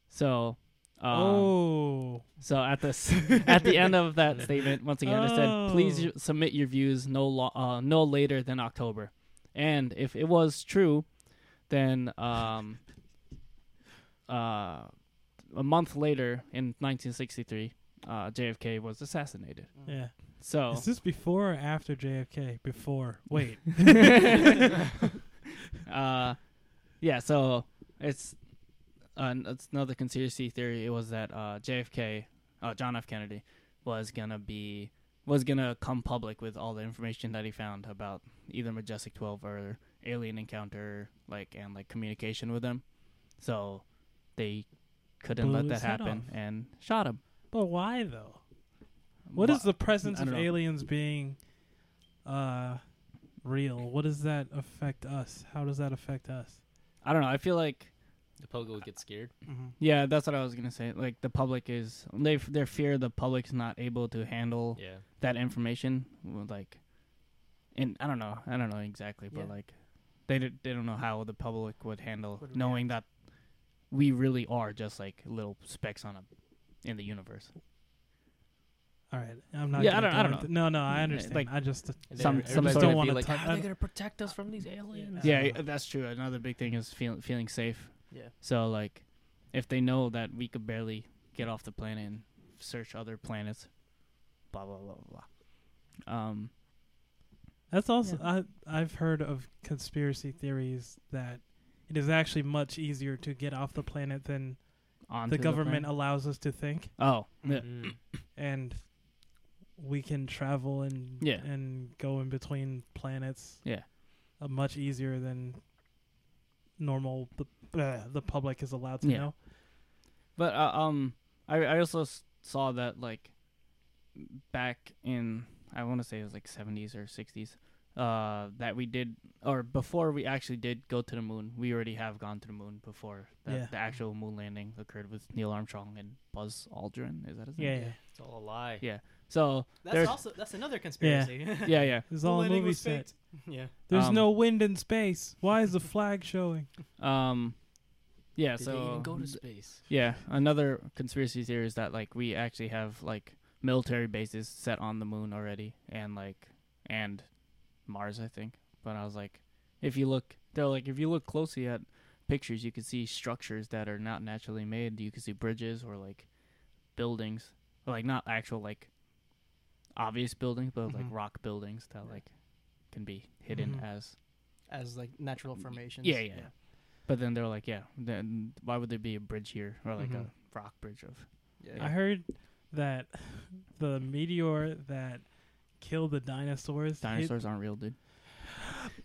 Speaker 1: So, um,
Speaker 2: oh.
Speaker 1: so at this, at the end of that statement, once again, it
Speaker 2: Oh.
Speaker 1: said, "Please y- submit your views no lo- uh, no later than October." And if it was true, then um, uh, a month later, in 1963, uh, JFK was assassinated.
Speaker 3: Mm.
Speaker 2: Yeah.
Speaker 1: So
Speaker 2: Is this before or after JFK? Before. Wait.
Speaker 1: uh, yeah, so it's uh, that's another conspiracy theory. It was that uh, JFK, uh, John F. Kennedy, was gonna be was gonna come public with all the information that he found about either Majestic Twelve or alien encounter, like and like communication with them. So they couldn't
Speaker 2: Blew
Speaker 1: let that
Speaker 2: his head
Speaker 1: happen
Speaker 2: off.
Speaker 1: and shot him.
Speaker 2: But why though? What is the presence
Speaker 1: I
Speaker 2: of
Speaker 1: don't know.
Speaker 2: aliens being uh real? What does that affect us? How does that affect us?
Speaker 1: I don't know. I feel like
Speaker 4: The pogo would get scared.
Speaker 1: yeah, that's what I was gonna say. Like the public is they their fear the public's not able to handle
Speaker 4: Yeah.
Speaker 1: that information well, like and I don't know I don't know exactly but
Speaker 3: Yeah.
Speaker 1: like they did, they don't know how the public would handle
Speaker 3: Would
Speaker 1: knowing that we really are just like little specks on a in the universe
Speaker 2: All right, I'm not.
Speaker 1: Yeah, I
Speaker 2: gonna
Speaker 1: don't- I
Speaker 2: go
Speaker 1: don't
Speaker 2: into- No, no, I
Speaker 1: Yeah,
Speaker 2: understand.
Speaker 1: like-
Speaker 2: I just uh,
Speaker 1: Some-
Speaker 4: Everybody
Speaker 1: some
Speaker 4: would
Speaker 1: sort of-
Speaker 4: be
Speaker 2: wanna
Speaker 4: like,
Speaker 2: touch-
Speaker 4: How are they gonna protect us from these aliens?
Speaker 1: yeah
Speaker 2: Uh,
Speaker 1: that's true another big thing is feel, feeling safe
Speaker 3: Yeah.
Speaker 1: so like if they know that we could barely get off the planet and search other planets blah blah blah blah blah. um
Speaker 2: That's also I I've heard of conspiracy theories that it is actually much easier to get off the planet than
Speaker 1: on
Speaker 2: the government Mm-hmm. allows us to think,
Speaker 1: oh yeah.
Speaker 4: Mm.
Speaker 2: and we can travel and
Speaker 1: Yeah.
Speaker 2: and go in between planets.
Speaker 1: Yeah.
Speaker 2: uh, much easier than normal the uh, the public is allowed to
Speaker 1: Yeah.
Speaker 2: know.
Speaker 1: But uh, um, I I also s- saw that like back in I want to say it was like seventies or sixties, uh, that we did or before we actually did go to the moon, we already have gone to the moon before the,
Speaker 2: Yeah.
Speaker 1: the actual moon landing occurred with Neil Armstrong and Buzz Aldrin. Is that his name?
Speaker 2: Yeah, yeah.
Speaker 4: It's all a lie.
Speaker 1: Yeah. So
Speaker 3: That's
Speaker 1: There's-
Speaker 3: also that's another conspiracy. Yeah.
Speaker 1: yeah, yeah.
Speaker 2: It's all a movie set.
Speaker 3: yeah.
Speaker 2: There's
Speaker 1: Um,
Speaker 2: no wind in space. Why is the flag showing?
Speaker 1: Um, yeah.
Speaker 4: Did
Speaker 1: so
Speaker 4: they even go to
Speaker 1: th-
Speaker 4: space?
Speaker 1: Yeah, another conspiracy theory is that like we actually have like military bases set on the moon already, and like and Mars, I think. But I was like, if you look, they're like if you look closely at pictures, you can see structures that are not naturally made. You can see bridges or like buildings, or, like not actual like obvious buildings, but like
Speaker 3: Mhm.
Speaker 1: rock buildings that like can be hidden
Speaker 2: Mhm.
Speaker 1: as.
Speaker 3: As like natural formations.
Speaker 1: yeah, yeah. But then they're like, yeah, then why would there be a bridge here or like
Speaker 3: Mhm.
Speaker 1: a rock bridge of?
Speaker 3: Yeah.
Speaker 2: I heard that the meteor that killed the dinosaurs hit,
Speaker 1: Dinosaurs aren't real, dude.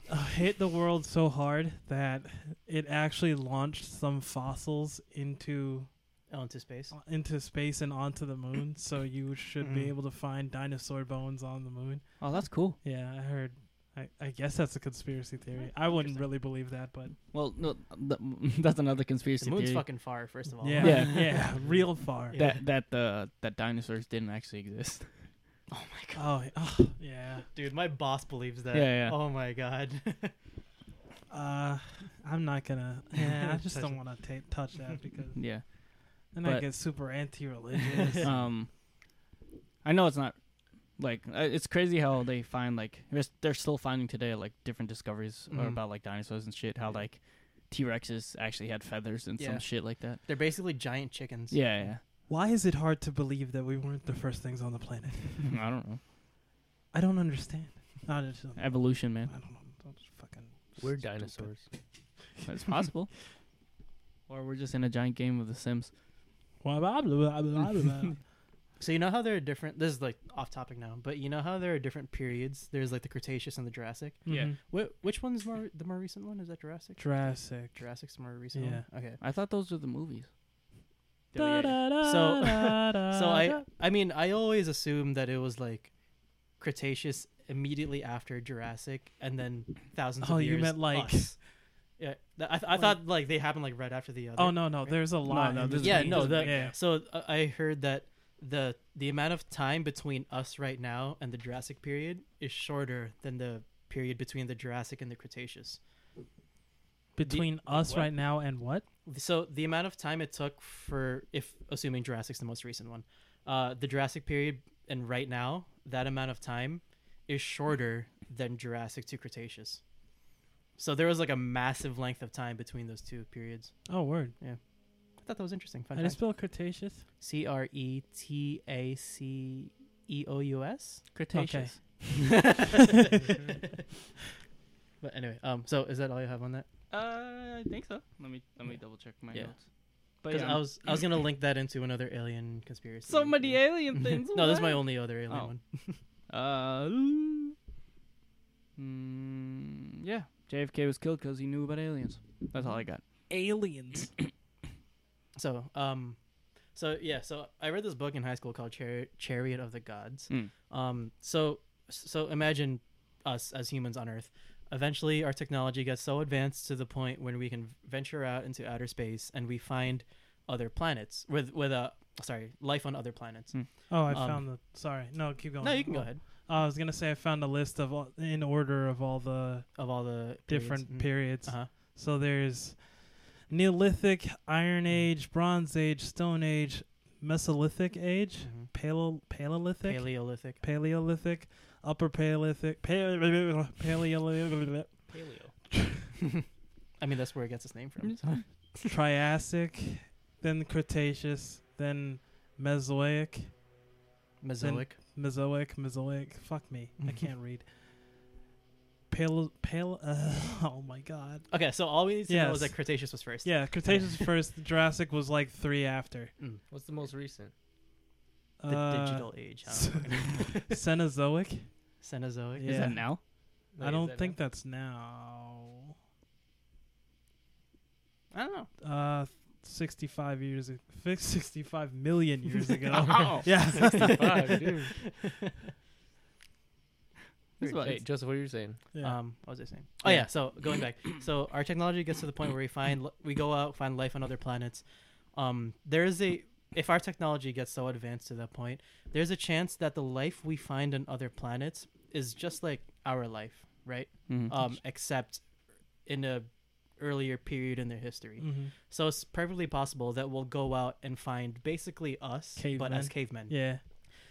Speaker 2: uh, hit the world so hard that it actually launched some fossils into
Speaker 3: Oh, into space.
Speaker 2: into space and onto the moon. so you should
Speaker 3: Mhm.
Speaker 1: Mm.
Speaker 2: be able to find dinosaur bones on the moon.
Speaker 1: Oh, that's cool.
Speaker 2: Yeah, I heard. I, I guess that's a conspiracy theory. I wouldn't
Speaker 3: Interesting.
Speaker 2: really believe that, but
Speaker 1: Well, no, th- that's another
Speaker 3: The
Speaker 1: conspiracy
Speaker 3: moon's
Speaker 1: theory
Speaker 3: fucking far. First of all.
Speaker 2: yeah, yeah,
Speaker 1: Yeah.
Speaker 2: real far.
Speaker 3: Yeah.
Speaker 1: that that uh, that dinosaurs didn't actually exist.
Speaker 3: Oh my god.
Speaker 2: Oh, oh, yeah.
Speaker 3: Dude, my boss believes that.
Speaker 1: Yeah, yeah.
Speaker 3: Oh my god.
Speaker 2: Uh, I'm not gonna. Yeah, I just
Speaker 3: Touch
Speaker 2: don't
Speaker 3: it.
Speaker 2: want to ta touch that because
Speaker 1: Yeah.
Speaker 2: then I
Speaker 1: But-
Speaker 2: get super anti-religious.
Speaker 1: um, I know it's not like uh, it's crazy how they find like there's- they're still finding today like different discoveries
Speaker 3: Mhm.
Speaker 1: about like dinosaurs and shit. How like T Rexes actually had feathers and
Speaker 3: Yeah.
Speaker 1: some shit like that.
Speaker 3: They're basically giant chickens.
Speaker 1: Yeah, yeah.
Speaker 2: Why is it hard to believe that we weren't the first things on the planet?
Speaker 1: I don't know.
Speaker 2: I don't understand. I just don't,
Speaker 1: Evolution,
Speaker 2: I
Speaker 1: man.
Speaker 2: don't know. Don't just fucking.
Speaker 4: We're
Speaker 2: stupid.
Speaker 4: dinosaurs.
Speaker 1: It's possible. or we're just in a giant game of The Sims.
Speaker 2: Wah, blah, blah, blah, blah, blah.
Speaker 3: So you know how there are different. This is like off topic now, but you know how there are different periods. There's like the Cretaceous and the Jurassic.
Speaker 1: Yeah.
Speaker 2: Mhm.
Speaker 3: Wh- which one's more the more recent one? Is that Jurassic?
Speaker 2: Jurassic.
Speaker 3: Jurassic's the more recent.
Speaker 2: Yeah.
Speaker 3: One? Okay.
Speaker 1: I thought those were the movies.
Speaker 4: Oh, yeah.
Speaker 3: So- So I I mean I always assumed that it was like Cretaceous immediately after Jurassic and then thousands
Speaker 2: Oh,
Speaker 3: of
Speaker 2: you
Speaker 3: years.
Speaker 2: meant, like-
Speaker 3: us. Yeah, th- I, th- I thought like they happened like right after the other.
Speaker 2: Oh no no, there's a lot.
Speaker 1: no,
Speaker 2: in
Speaker 1: there's-
Speaker 3: yeah,
Speaker 2: between.
Speaker 3: no, the-
Speaker 2: yeah.
Speaker 3: So uh, I heard that the the amount of time between us right now and the Jurassic period is shorter than the period between the Jurassic and the Cretaceous.
Speaker 2: Between us
Speaker 4: what?
Speaker 2: right now and what?
Speaker 3: So the amount of time it took for, if assuming Jurassic's the most recent one, uh, the Jurassic period and right now, that amount of time is shorter than Jurassic to Cretaceous. So there was like a massive length of time between those two periods.
Speaker 2: Oh word.
Speaker 3: I thought that was interesting.
Speaker 2: I just spell Cretaceous.
Speaker 3: C R E T A C E O U S.
Speaker 1: Cretaceous.
Speaker 3: But anyway, um, so is that all you have on that?
Speaker 1: Uh, I think so. Let me let me
Speaker 3: Yeah.
Speaker 1: double check my
Speaker 3: Yeah.
Speaker 1: notes. But
Speaker 3: Because
Speaker 1: yeah.
Speaker 3: I was I was gonna link that into another alien conspiracy.
Speaker 1: so many
Speaker 3: thing.
Speaker 1: alien things.
Speaker 3: no, this is my
Speaker 1: what?
Speaker 3: only other alien
Speaker 1: Oh.
Speaker 3: one.
Speaker 1: Uh, mm, yeah, JFK was killed because he knew about aliens. That's all I got.
Speaker 2: Aliens.
Speaker 3: So um, so yeah, so I read this book in high school called Chari- Chariot of the Gods.
Speaker 1: Mm.
Speaker 3: Um, so so imagine us as humans on Earth. Eventually, our technology gets so advanced to the point when we can venture out into outer space and we find other planets with with a sorry life on other planets.
Speaker 1: Mm.
Speaker 2: Oh, I
Speaker 3: Um,
Speaker 2: found the. Sorry, no, keep going.
Speaker 3: No, you can go ahead.
Speaker 2: I was gonna say I found a list of all, in order of all the
Speaker 3: Of all the periods.
Speaker 2: different
Speaker 3: Mhm.
Speaker 2: periods.
Speaker 3: Uh-huh.
Speaker 2: So there's Neolithic, Iron Age, Bronze Age, Stone Age, Mesolithic Age,
Speaker 3: Mhm.
Speaker 2: Paleo Paleolithic,
Speaker 3: Paleolithic.
Speaker 2: Paleolithic, Upper Paleolithic, Paleo Paleo
Speaker 4: Paleo.
Speaker 3: I mean, that's where it gets its name
Speaker 2: Mm-hmm.
Speaker 3: from. so.
Speaker 2: Triassic, then Cretaceous, then Mesozoic,
Speaker 3: Mesozoic.
Speaker 2: Mesozoic, Mesozoic. Fuck me, I can't read. Pale, pale. Uh, oh my god.
Speaker 3: Okay, so all we need to know is
Speaker 2: Yes.
Speaker 3: that Cretaceous was first.
Speaker 2: Yeah, Cretaceous first. Jurassic was like three after.
Speaker 4: What's the most recent?
Speaker 3: The
Speaker 2: Uh,
Speaker 3: digital age. Huh?
Speaker 2: Cenozoic.
Speaker 3: Cenozoic.
Speaker 1: Is that
Speaker 2: Yeah.
Speaker 1: now?
Speaker 4: Wait,
Speaker 2: I
Speaker 4: is
Speaker 2: don't
Speaker 4: that
Speaker 2: think
Speaker 4: now?
Speaker 2: that's now.
Speaker 3: I don't know.
Speaker 2: Uh, 65 years, ag- fix- 65 million years ago.
Speaker 1: oh,
Speaker 2: yeah.
Speaker 4: Fuck, dude.
Speaker 1: That's what
Speaker 4: Hey,
Speaker 1: it's-
Speaker 4: Joseph, what are you saying?
Speaker 2: yeah.
Speaker 3: Um, what was I saying? Oh yeah. So going back, so our technology gets to the point where we find li- we go out find life on other planets. Um, there is a if our technology gets so advanced to that point, there's a chance that the life we find on other planets is just like our life, right?
Speaker 1: Mhm.
Speaker 3: Um, except in a earlier period in their history.
Speaker 2: Mhm.
Speaker 3: So it's perfectly possible that we'll go out and find basically us,
Speaker 2: Cavemen.
Speaker 3: but as cavemen.
Speaker 2: Yeah.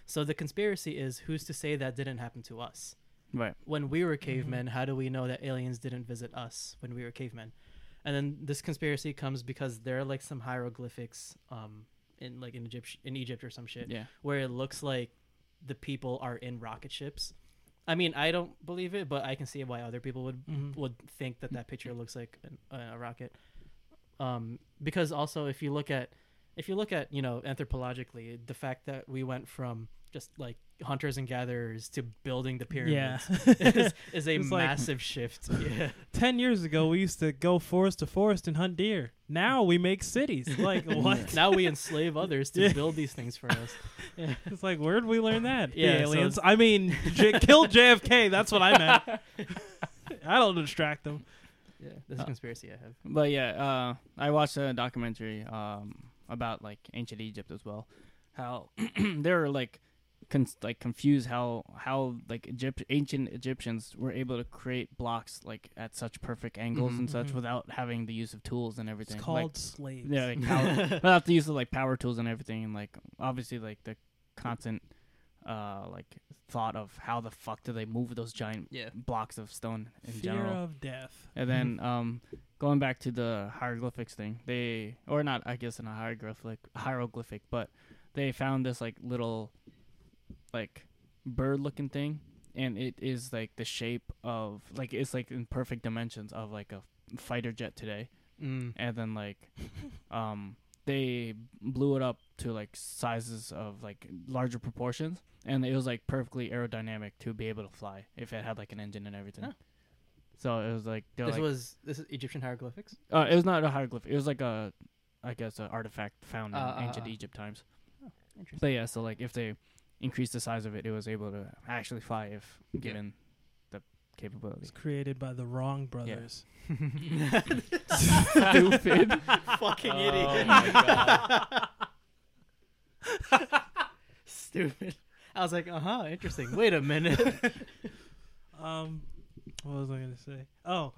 Speaker 3: So the conspiracy is who's to say that didn't happen to us?
Speaker 1: right.
Speaker 3: When we were cavemen, how do we know that aliens didn't visit us when we were cavemen? And then this conspiracy comes because there are like some hieroglyphics um, in like in Egypt in Egypt or some shit
Speaker 1: Yeah.
Speaker 3: where it looks like the people are in rocket ships. I mean, I don't believe it, but I can see why other people would
Speaker 2: Mhm.
Speaker 3: would think that that picture looks like an, a a rocket. Um, because also, if you look at, if you look at, you know, anthropologically, the fact that we went from just like hunters and gatherers to building the
Speaker 2: Yeah.
Speaker 3: pyramids is, is a
Speaker 2: It's like-
Speaker 3: massive shift. Yeah.
Speaker 2: 10 years ago, we used to go forest to forest and hunt deer. Now we make cities. Like, what?
Speaker 3: now we enslave others to
Speaker 2: Yeah.
Speaker 3: build these things for us.
Speaker 2: It's like, where'd we learn that? The
Speaker 3: Yeah, so
Speaker 2: aliens. I mean, J- kill JFK. That's what I meant. I don't distract them.
Speaker 3: Yeah, that's a
Speaker 1: Uh,
Speaker 3: conspiracy I have.
Speaker 1: But yeah, uh, I watched a documentary um, about like ancient Egypt as well. How they were like, con- like confused how how like Egypt- ancient Egyptians were able to create blocks like at such perfect angles
Speaker 3: Mhm,
Speaker 1: and such
Speaker 2: mhm.
Speaker 1: without having the use of tools and
Speaker 2: It's
Speaker 1: everything.
Speaker 2: called
Speaker 1: Like,
Speaker 2: slaves.
Speaker 1: yeah, like power, without the use of like power tools and everything, and like obviously like the constant uh like thought of how the fuck do they move those giant
Speaker 3: Yeah.
Speaker 1: blocks of stone in
Speaker 2: Fear
Speaker 1: general.
Speaker 2: of death.
Speaker 1: And then
Speaker 3: Mm-hmm.
Speaker 1: um, going back to the hieroglyphics thing, they or not, I guess, in a hieroglyphic hieroglyphic, but they found this like little like bird looking thing, and it is like the shape of like it's like in perfect dimensions of like a fighter jet today,
Speaker 3: Mm.
Speaker 1: and then like um they blew it up to like sizes of like larger proportions and it was like perfectly aerodynamic to be able to fly if it had like an engine and everything
Speaker 3: Huh.
Speaker 1: so it was like they were
Speaker 3: This
Speaker 1: like
Speaker 3: was this is Egyptian hieroglyphics.
Speaker 1: uh, it was not a hieroglyph. It was like a, I guess, an artifact found in
Speaker 3: Uh, uh,
Speaker 1: ancient
Speaker 3: uh.
Speaker 1: Egypt times.
Speaker 3: Interesting.
Speaker 1: But yeah, so like if they increased the size of it, it was able to actually fly if given the capability.
Speaker 2: It's created by the Wrong Brothers.
Speaker 1: Stupid.
Speaker 3: Fucking
Speaker 4: Oh my god.
Speaker 3: Stupid. I was like, uh huh, interesting. Wait a minute.
Speaker 2: Um, what was I gonna say? Oh,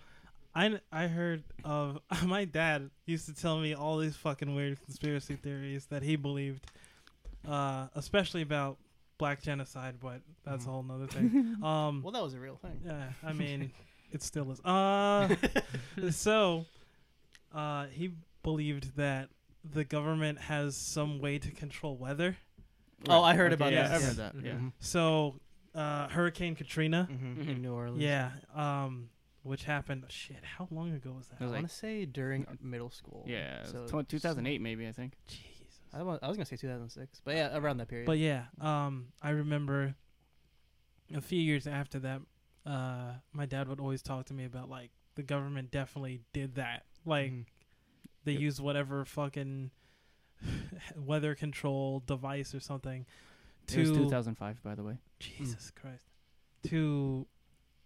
Speaker 2: I kn- I heard of my dad used to tell me all these fucking weird conspiracy theories that he believed, uh, especially about black genocide. But that's a whole nother thing. Um,
Speaker 3: well, that was a real thing.
Speaker 2: yeah, I mean, it still is. Uh, so, uh, he believed that the government has some way to control weather.
Speaker 3: Oh, I heard about
Speaker 1: yeah,
Speaker 3: this.
Speaker 1: I heard that. Yeah.
Speaker 3: Mhm.
Speaker 2: So, uh, Hurricane Katrina.
Speaker 3: Mhm. In New Mm-hmm. Orleans.
Speaker 2: Yeah. Um, which happened. Shit, how long ago was that?
Speaker 1: It was
Speaker 3: I
Speaker 1: like-
Speaker 3: want to say during middle school.
Speaker 1: Yeah, it
Speaker 3: So
Speaker 1: was twen- 2008 maybe I think.
Speaker 2: Jesus.
Speaker 3: I wa- I was gonna say 2006, but yeah, around that period.
Speaker 2: But yeah, um, I remember a few years after that, uh, my dad would always talk to me about like the government definitely did that. Like
Speaker 3: Mhm.
Speaker 2: they
Speaker 1: Mm-hmm. Yep.
Speaker 2: use whatever fucking weather control device or something
Speaker 1: It was Mm.
Speaker 2: to
Speaker 1: 2005 by the way.
Speaker 2: Jesus Christ to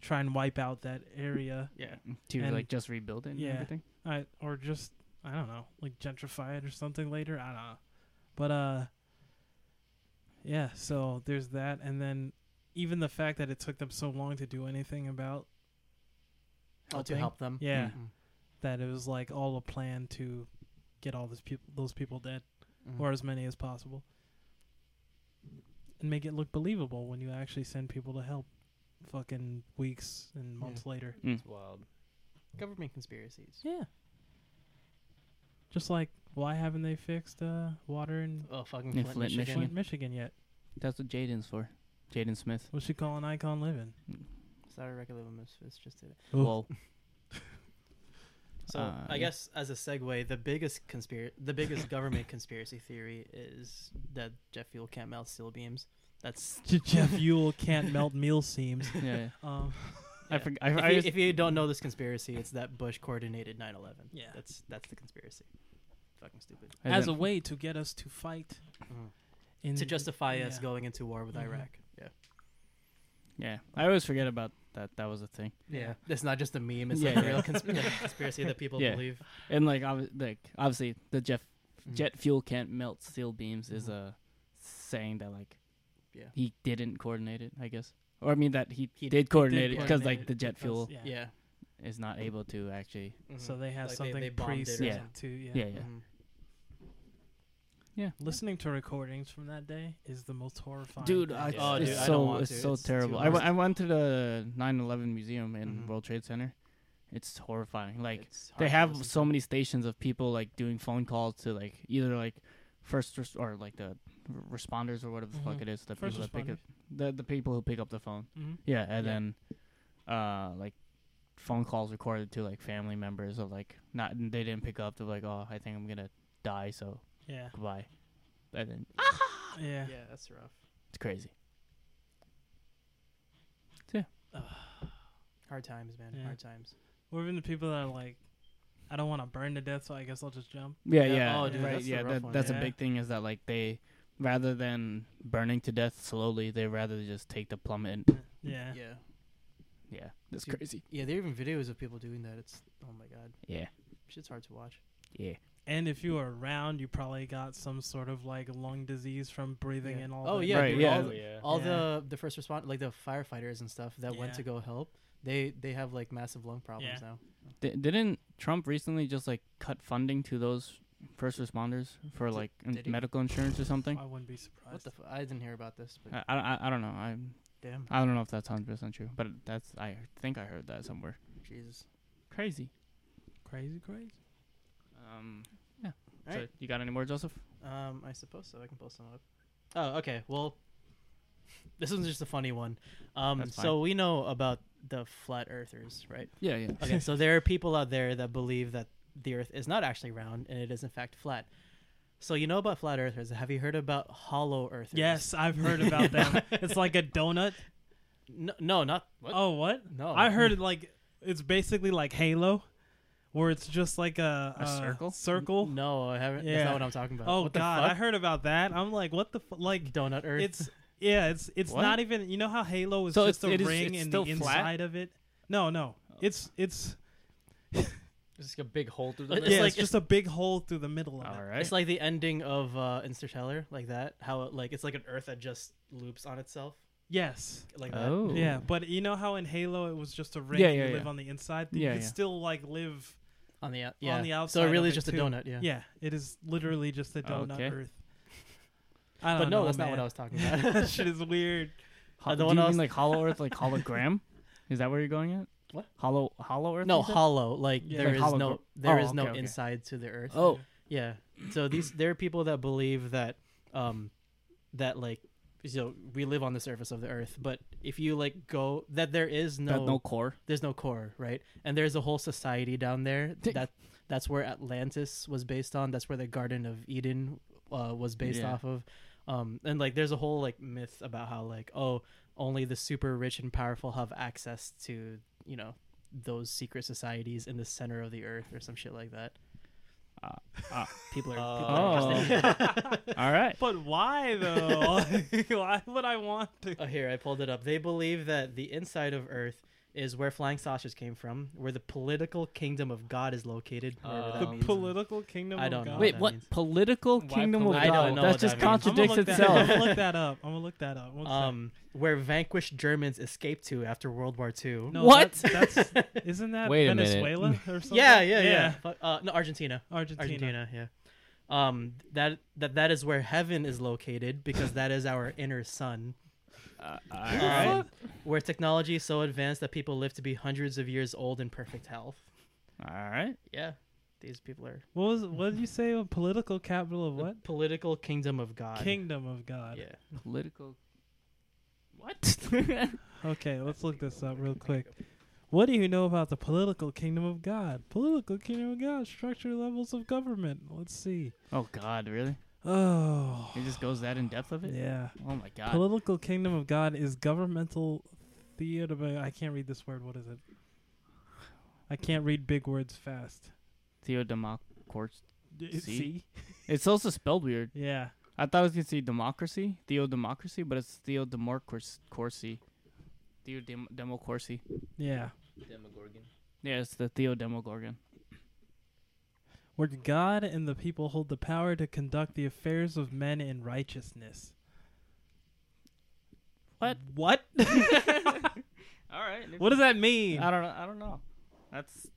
Speaker 2: try and wipe out that area.
Speaker 1: Yeah. To
Speaker 2: And-
Speaker 1: like just rebuild it and
Speaker 2: yeah.
Speaker 1: everything.
Speaker 2: I or just I don't know, like gentrify it or something later. I don't know. But uh yeah, so there's that and then even the fact that it took them so long to do anything about
Speaker 3: oh, to
Speaker 2: helping.
Speaker 3: help them.
Speaker 2: Yeah.
Speaker 1: Mm. Mm-hmm.
Speaker 3: Mhm.
Speaker 2: that it was like all a plan to get all those people those people dead
Speaker 3: Mhm.
Speaker 2: or as many as possible. And make it look believable when you actually send people to help fucking weeks and months later.
Speaker 4: It's wild.
Speaker 3: government conspiracies.
Speaker 2: Yeah. Just like why haven't they fixed uh water in
Speaker 3: Oh, fucking
Speaker 1: In
Speaker 3: Flint,
Speaker 1: Flint,
Speaker 3: Michigan.
Speaker 2: Flint, Michigan yet?
Speaker 1: That's what Jaden's for. Jaden Smith.
Speaker 2: What's she calling Icon Living?
Speaker 3: Sorry, regular misfits just did it.
Speaker 1: Well,
Speaker 3: So
Speaker 1: Uh,
Speaker 3: I
Speaker 1: yeah.
Speaker 3: guess as a segue, the biggest conspiracy, the biggest government conspiracy theory is that jet fuel can't melt steel beams. That's
Speaker 2: Jeff Yule can't melt meal seams.
Speaker 1: yeah. yeah.
Speaker 2: Um,
Speaker 1: I
Speaker 3: yeah.
Speaker 1: forg I,
Speaker 3: If,
Speaker 1: I
Speaker 3: you,
Speaker 1: just-
Speaker 3: if you don't know this conspiracy, it's that Bush coordinated 9/11.
Speaker 2: Yeah.
Speaker 3: that's that's the conspiracy. Fucking stupid.
Speaker 1: I
Speaker 2: as a
Speaker 1: didn't-
Speaker 2: way to get us to fight
Speaker 1: Mm-hmm.
Speaker 2: in
Speaker 3: To justify us
Speaker 2: yeah.
Speaker 3: going into war with
Speaker 2: Mhm.
Speaker 3: Iraq. Yeah.
Speaker 1: yeah, I always forget about that. That was a thing.
Speaker 2: Yeah.
Speaker 3: It's not just a meme. It's
Speaker 1: Yeah,
Speaker 3: like a
Speaker 1: yeah.
Speaker 3: real consp- like, conspiracy that people
Speaker 1: Yeah.
Speaker 3: believe.
Speaker 1: And like, I was, like obviously the Jeff
Speaker 3: Mhm.
Speaker 1: jet fuel can't melt steel beams is
Speaker 3: Mhm.
Speaker 1: a saying that like
Speaker 3: Yeah.
Speaker 1: he didn't coordinate it, I guess. Or I mean that he,
Speaker 3: He-
Speaker 1: did coordinate it 'cause
Speaker 3: coordinate
Speaker 1: like
Speaker 2: it
Speaker 1: the jet
Speaker 2: because-
Speaker 1: fuel
Speaker 2: Yeah.
Speaker 3: Yeah.
Speaker 1: is not able to actually.
Speaker 3: Mhm.
Speaker 2: So they have
Speaker 3: Like, they-
Speaker 2: something
Speaker 3: they bombed
Speaker 2: pre
Speaker 3: it or
Speaker 2: set
Speaker 1: something.
Speaker 2: to yeah.
Speaker 1: Yeah, yeah.
Speaker 3: Mhm.
Speaker 2: Listening to recordings from that day is the most horrifying.
Speaker 1: Dude,
Speaker 2: thing.
Speaker 1: I,
Speaker 3: Oh,
Speaker 1: it's
Speaker 3: dude, I don't
Speaker 1: so
Speaker 3: want
Speaker 1: it's
Speaker 3: to.
Speaker 1: so
Speaker 3: It's too
Speaker 1: terrible. I, w-
Speaker 3: much.
Speaker 1: I went to the 9/11 museum in
Speaker 3: Mhm.
Speaker 1: World Trade Center. It's horrifying. Like
Speaker 3: It's hard
Speaker 1: they
Speaker 3: to
Speaker 1: have
Speaker 3: listen
Speaker 1: so
Speaker 3: to.
Speaker 1: many stations of people like doing phone calls to like either like first res- or like the r- responders or whatever the
Speaker 2: Mhm.
Speaker 3: Mm-hmm.
Speaker 1: fuck it is the
Speaker 2: First
Speaker 1: people that pick
Speaker 2: responders.
Speaker 1: up the the people who pick up the phone.
Speaker 2: Mhm.
Speaker 1: Yeah, and
Speaker 3: Yeah.
Speaker 1: then uh like phone calls recorded to like family members of like not they didn't pick up. They're like, oh, I think I'm gonna die, so
Speaker 2: Yeah.
Speaker 1: goodbye. And then
Speaker 2: Mm-hmm. Yeah.
Speaker 3: Yeah, that's rough.
Speaker 1: it's crazy.
Speaker 3: Hard times, man.
Speaker 2: Yeah.
Speaker 3: Hard times.
Speaker 2: Or even the people that are like, I don't want to burn to death, so I guess I'll just jump.
Speaker 1: Yeah,
Speaker 3: Yeah,
Speaker 1: yeah,
Speaker 3: oh,
Speaker 2: dude,
Speaker 1: right.
Speaker 3: that's a
Speaker 1: yeah,
Speaker 3: rough
Speaker 1: that,
Speaker 3: one.
Speaker 1: that's
Speaker 2: Yeah.
Speaker 1: a big thing is that like they rather than burning to death slowly, they rather just take the plummet. And,
Speaker 2: Yeah.
Speaker 3: Yeah.
Speaker 1: yeah, that's
Speaker 3: Dude.
Speaker 1: crazy.
Speaker 3: Yeah, there are even videos of people doing that. It's oh my god,
Speaker 1: Yeah,
Speaker 3: shit's hard to watch.
Speaker 1: yeah.
Speaker 2: And if you were around, you probably got some sort of like lung disease from breathing
Speaker 3: Yeah.
Speaker 2: in all.
Speaker 3: Oh,
Speaker 2: that
Speaker 3: yeah,
Speaker 1: Right,
Speaker 3: dude,
Speaker 1: yeah.
Speaker 3: all
Speaker 4: Oh,
Speaker 3: the-
Speaker 4: yeah.
Speaker 3: All
Speaker 2: Yeah.
Speaker 3: the the first respond like the firefighters and stuff that went
Speaker 2: Yeah.
Speaker 3: to go help, they they have like massive lung problems now.
Speaker 1: D- didn't Trump recently just like cut funding to those first responders for
Speaker 3: Did-
Speaker 1: like in-
Speaker 3: did he?
Speaker 1: medical insurance or something?
Speaker 2: I wouldn't be
Speaker 3: What
Speaker 2: surprised.
Speaker 3: the? F- I didn't hear about this, but
Speaker 1: I, I, I- I don't know. I
Speaker 3: damn,
Speaker 1: I don't know if that's hundred percent true, but that's I think I heard that somewhere.
Speaker 3: Jesus.
Speaker 1: Crazy.
Speaker 2: crazy, crazy.
Speaker 1: Um. Yeah. So
Speaker 3: Alright.
Speaker 1: you got any more, Joseph?
Speaker 3: Um, I suppose so. I can pull some up. Oh, okay. Well, this one's just a funny one. Um,
Speaker 1: That's fine.
Speaker 3: so we know about the flat earthers, right?
Speaker 1: Yeah, yeah.
Speaker 3: Okay, so there are people out there that believe that the Earth is not actually round and it is in fact flat. So you know about flat earthers. Have you heard about hollow earthers?
Speaker 2: Yes, I've heard about them. It's like a donut.
Speaker 3: No, no not. What?
Speaker 2: Oh, what?
Speaker 3: no.
Speaker 2: I heard like it's basically like Halo, where it's just like a,
Speaker 1: A circle? Mm,
Speaker 2: Circle.
Speaker 3: No, I haven't. That's
Speaker 2: Yeah.
Speaker 3: not what I'm talking about.
Speaker 2: Oh
Speaker 3: What the
Speaker 2: God, I
Speaker 3: fuck?
Speaker 2: heard about that. I'm like, what the fu- like?
Speaker 3: donut Earth.
Speaker 2: It's yeah, it's it's
Speaker 1: What?
Speaker 2: not even. You know how Halo is
Speaker 1: So
Speaker 2: just
Speaker 1: it's-
Speaker 2: a
Speaker 1: it is-
Speaker 2: ring
Speaker 1: it's
Speaker 2: and the
Speaker 1: still flat? Oh.
Speaker 2: inside of it. No, no, it's it's
Speaker 4: It's just a big hole through the
Speaker 3: It's
Speaker 4: middle.
Speaker 2: yeah,
Speaker 3: like-
Speaker 2: it's just a big hole through the middle of
Speaker 1: All
Speaker 2: it.
Speaker 1: right.
Speaker 3: It's like the ending of uh, Interstellar, like that. How it, like it's like an Earth that just loops on itself,
Speaker 2: Yes.
Speaker 3: like that.
Speaker 1: oh.
Speaker 2: Yeah, but you know how in Halo it was just a ring
Speaker 1: Yeah,
Speaker 2: and
Speaker 1: yeah,
Speaker 2: you
Speaker 1: yeah.
Speaker 2: live on the inside. You
Speaker 1: Yeah,
Speaker 2: can
Speaker 1: yeah.
Speaker 2: still like live.
Speaker 3: On the out- yeah.
Speaker 2: the
Speaker 3: So
Speaker 2: outside
Speaker 3: it really
Speaker 2: of
Speaker 3: is
Speaker 2: it
Speaker 3: just
Speaker 2: too.
Speaker 3: a donut. Yeah.
Speaker 2: Yeah, it is literally just a donut
Speaker 1: Okay.
Speaker 2: Earth. I don't
Speaker 3: But no,
Speaker 2: know,
Speaker 3: that's not
Speaker 2: man.
Speaker 3: what I was talking about.
Speaker 2: that shit is weird.
Speaker 1: Ho-
Speaker 3: Uh, the
Speaker 1: do
Speaker 3: one
Speaker 1: you
Speaker 3: I
Speaker 1: mean
Speaker 3: was-
Speaker 1: like Hollow Earth, like hologram? is that where you're going at?
Speaker 3: What?
Speaker 1: Hollow Hollow Earth?
Speaker 3: no,
Speaker 1: you said?
Speaker 3: hollow. Like
Speaker 2: Yeah.
Speaker 3: there
Speaker 1: Like
Speaker 3: is
Speaker 1: hollow-
Speaker 3: no there
Speaker 1: Oh,
Speaker 3: is no
Speaker 1: okay, okay.
Speaker 3: inside to the Earth.
Speaker 1: Oh,
Speaker 3: Yeah. So these there are people that believe that um that like so we live on the surface of the earth, but if you like go that there is
Speaker 1: That no core.
Speaker 3: there's no core, right? And there's a whole society down there
Speaker 1: Th-
Speaker 3: that that's where Atlantis was based on. That's where the Garden of Eden uh, was based
Speaker 1: Yeah.
Speaker 3: off of. Um, and like, there's a whole like myth about how like, oh, only the super rich and powerful have access to you know those secret societies in the center of the earth or some shit like that.
Speaker 1: Ah,
Speaker 3: people are. people
Speaker 1: Oh.
Speaker 3: are interested.
Speaker 1: All right.
Speaker 2: But why though? why would I want to?
Speaker 3: Oh, here I pulled it up. They believe that the inside of Earth is where flying saucers came from, where the political kingdom of God is located. whatever that
Speaker 2: Uh, The
Speaker 4: Um,
Speaker 3: means.
Speaker 2: political kingdom.
Speaker 3: I don't
Speaker 2: of
Speaker 3: know
Speaker 2: God.
Speaker 1: Wait,
Speaker 3: that
Speaker 1: what?
Speaker 3: means.
Speaker 1: Political
Speaker 4: Why
Speaker 1: kingdom of God.
Speaker 4: political?
Speaker 3: I don't know
Speaker 1: that
Speaker 3: what
Speaker 1: just
Speaker 3: that means.
Speaker 2: I'm gonna
Speaker 1: contradicts
Speaker 2: look that, I'm
Speaker 1: itself.
Speaker 2: gonna look that up. I'm gonna look that up. One sec.
Speaker 3: um, where vanquished Germans escaped to after World War II.
Speaker 2: no,
Speaker 1: what?
Speaker 2: That's, that's isn't that
Speaker 4: Wait a minute.
Speaker 2: Venezuela or something?
Speaker 3: yeah, yeah, yeah. Fu- Uh, no, Argentina.
Speaker 2: Argentina.
Speaker 3: Argentina, yeah. Um, that that that is where heaven is located because that is our inner sun.
Speaker 1: Uh, all
Speaker 3: Um,
Speaker 1: right.
Speaker 3: Where technology is so advanced that people live to be hundreds of years old in perfect health.
Speaker 1: All right.
Speaker 3: Yeah, these people are
Speaker 2: What was? What did you say? A political capital of
Speaker 3: the
Speaker 2: what?
Speaker 3: political kingdom of God.
Speaker 2: Kingdom of God.
Speaker 3: Yeah.
Speaker 1: Political. What?
Speaker 2: Okay, let's look this up real quick. What do you know about the political kingdom of God? Political kingdom of God, structure levels of government. Let's see.
Speaker 1: oh God, really?
Speaker 2: Oh,
Speaker 1: It just goes that in depth of it.
Speaker 2: yeah.
Speaker 1: Oh my God.
Speaker 2: Political kingdom of God is governmental theater. but I can't read this word. What is it? I can't read big words fast.
Speaker 1: Theodemocorch.
Speaker 2: D-
Speaker 1: See? It's also spelled weird.
Speaker 2: Yeah.
Speaker 1: I thought it was gonna say democracy, theodemocracy, but it's theodemocracy. Theodemocracy.
Speaker 2: Yeah.
Speaker 4: Demogorgon.
Speaker 1: Yeah, it's the Theodemogorgon.
Speaker 2: Where God and the people hold the power to conduct the affairs of men in righteousness.
Speaker 1: What?
Speaker 2: What?
Speaker 1: All right.
Speaker 2: What does that mean?
Speaker 1: I don't. know. I don't know. That's. that's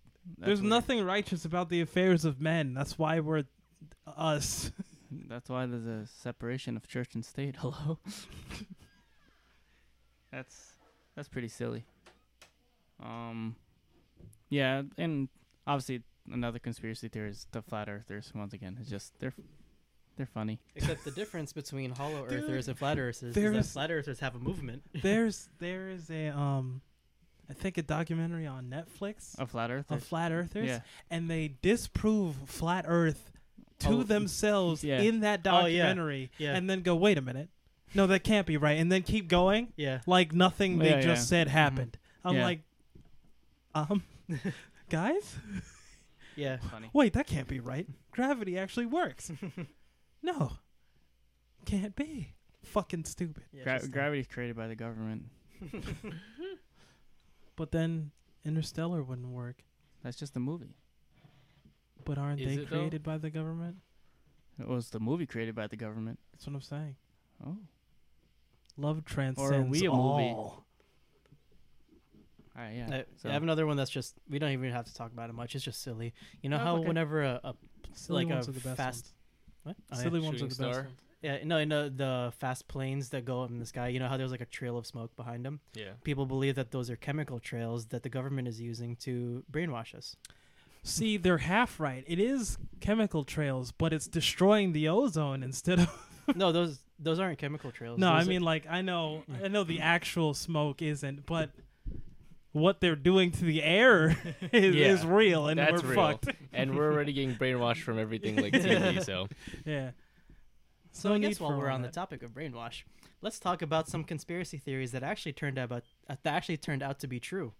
Speaker 2: There's
Speaker 1: weird.
Speaker 2: nothing righteous about the affairs of men. That's why we're us.
Speaker 1: That's why there's a separation of church and state. Hello. that's that's pretty silly. Um, yeah, and obviously another conspiracy theory is the flat earthers. Once again, it's just they're they're funny.
Speaker 3: Except the difference between hollow
Speaker 2: Dude,
Speaker 3: earthers and flat earthers
Speaker 2: there
Speaker 3: is that
Speaker 2: is-
Speaker 3: flat earthers have a movement.
Speaker 2: There's there is a um I think a documentary on Netflix
Speaker 1: A flat earther.
Speaker 2: of flat earthers
Speaker 1: Yeah.
Speaker 2: and they disprove flat earth to
Speaker 1: Oh,
Speaker 2: themselves
Speaker 1: yeah.
Speaker 2: in that
Speaker 3: Oh, yeah.
Speaker 2: documentary
Speaker 3: Yeah.
Speaker 2: and then go wait a minute. No, that can't be right and then keep going
Speaker 3: Yeah.
Speaker 2: like nothing they
Speaker 1: Yeah,
Speaker 2: just
Speaker 1: yeah. Mm-hmm.
Speaker 2: said happened. I'm
Speaker 1: Yeah.
Speaker 2: like um guys,
Speaker 3: Yeah.
Speaker 1: funny.
Speaker 2: wait, that can't be right. Gravity actually works. No. Can't be. Fucking stupid.
Speaker 3: yeah
Speaker 1: Gra-
Speaker 3: just-
Speaker 1: gravity is created by the government.
Speaker 2: But then Interstellar wouldn't work.
Speaker 1: That's just the movie.
Speaker 2: But aren't
Speaker 4: Is
Speaker 2: they
Speaker 4: it, though?
Speaker 2: created by the government?
Speaker 1: It was the movie created by the government.
Speaker 2: That's what I'm saying.
Speaker 1: Oh,
Speaker 2: Love transcends
Speaker 1: we a movie?
Speaker 2: all.
Speaker 1: all right, yeah.
Speaker 3: I,
Speaker 1: so-
Speaker 3: I have another one that's just we don't even have to talk about it much. It's just silly. You know
Speaker 1: Oh,
Speaker 3: how
Speaker 1: okay.
Speaker 3: whenever a, a
Speaker 2: Silly
Speaker 3: Like
Speaker 2: ones
Speaker 3: a
Speaker 2: are the best
Speaker 3: fast- what? Oh,
Speaker 2: ones.
Speaker 3: yeah.
Speaker 2: Silly ones are
Speaker 4: Shooting
Speaker 2: the
Speaker 4: star?
Speaker 2: best ones.
Speaker 3: yeah, no, you know the fast planes that go up in the sky. You know how there's like a trail of smoke behind them.
Speaker 4: Yeah.
Speaker 3: People believe that those are chemical trails that the government is using to brainwash us.
Speaker 2: See, they're half right. It is chemical trails, but it's destroying the ozone instead of.
Speaker 3: no, those those aren't chemical trails.
Speaker 2: No, I
Speaker 3: Those are-
Speaker 2: mean like I know, I know the actual smoke isn't, but what they're doing to the air is,
Speaker 4: Yeah.
Speaker 2: is real, and
Speaker 4: That's
Speaker 2: we're
Speaker 4: real.
Speaker 2: fucked.
Speaker 4: and we're already getting brainwashed from everything like TV. So
Speaker 2: Yeah.
Speaker 3: So
Speaker 2: No
Speaker 3: I
Speaker 2: need
Speaker 3: guess while
Speaker 2: for
Speaker 3: we're
Speaker 2: all
Speaker 3: on the
Speaker 2: that.
Speaker 3: topic of brainwash, let's talk about some conspiracy theories that actually turned out uh, that actually turned out to be true.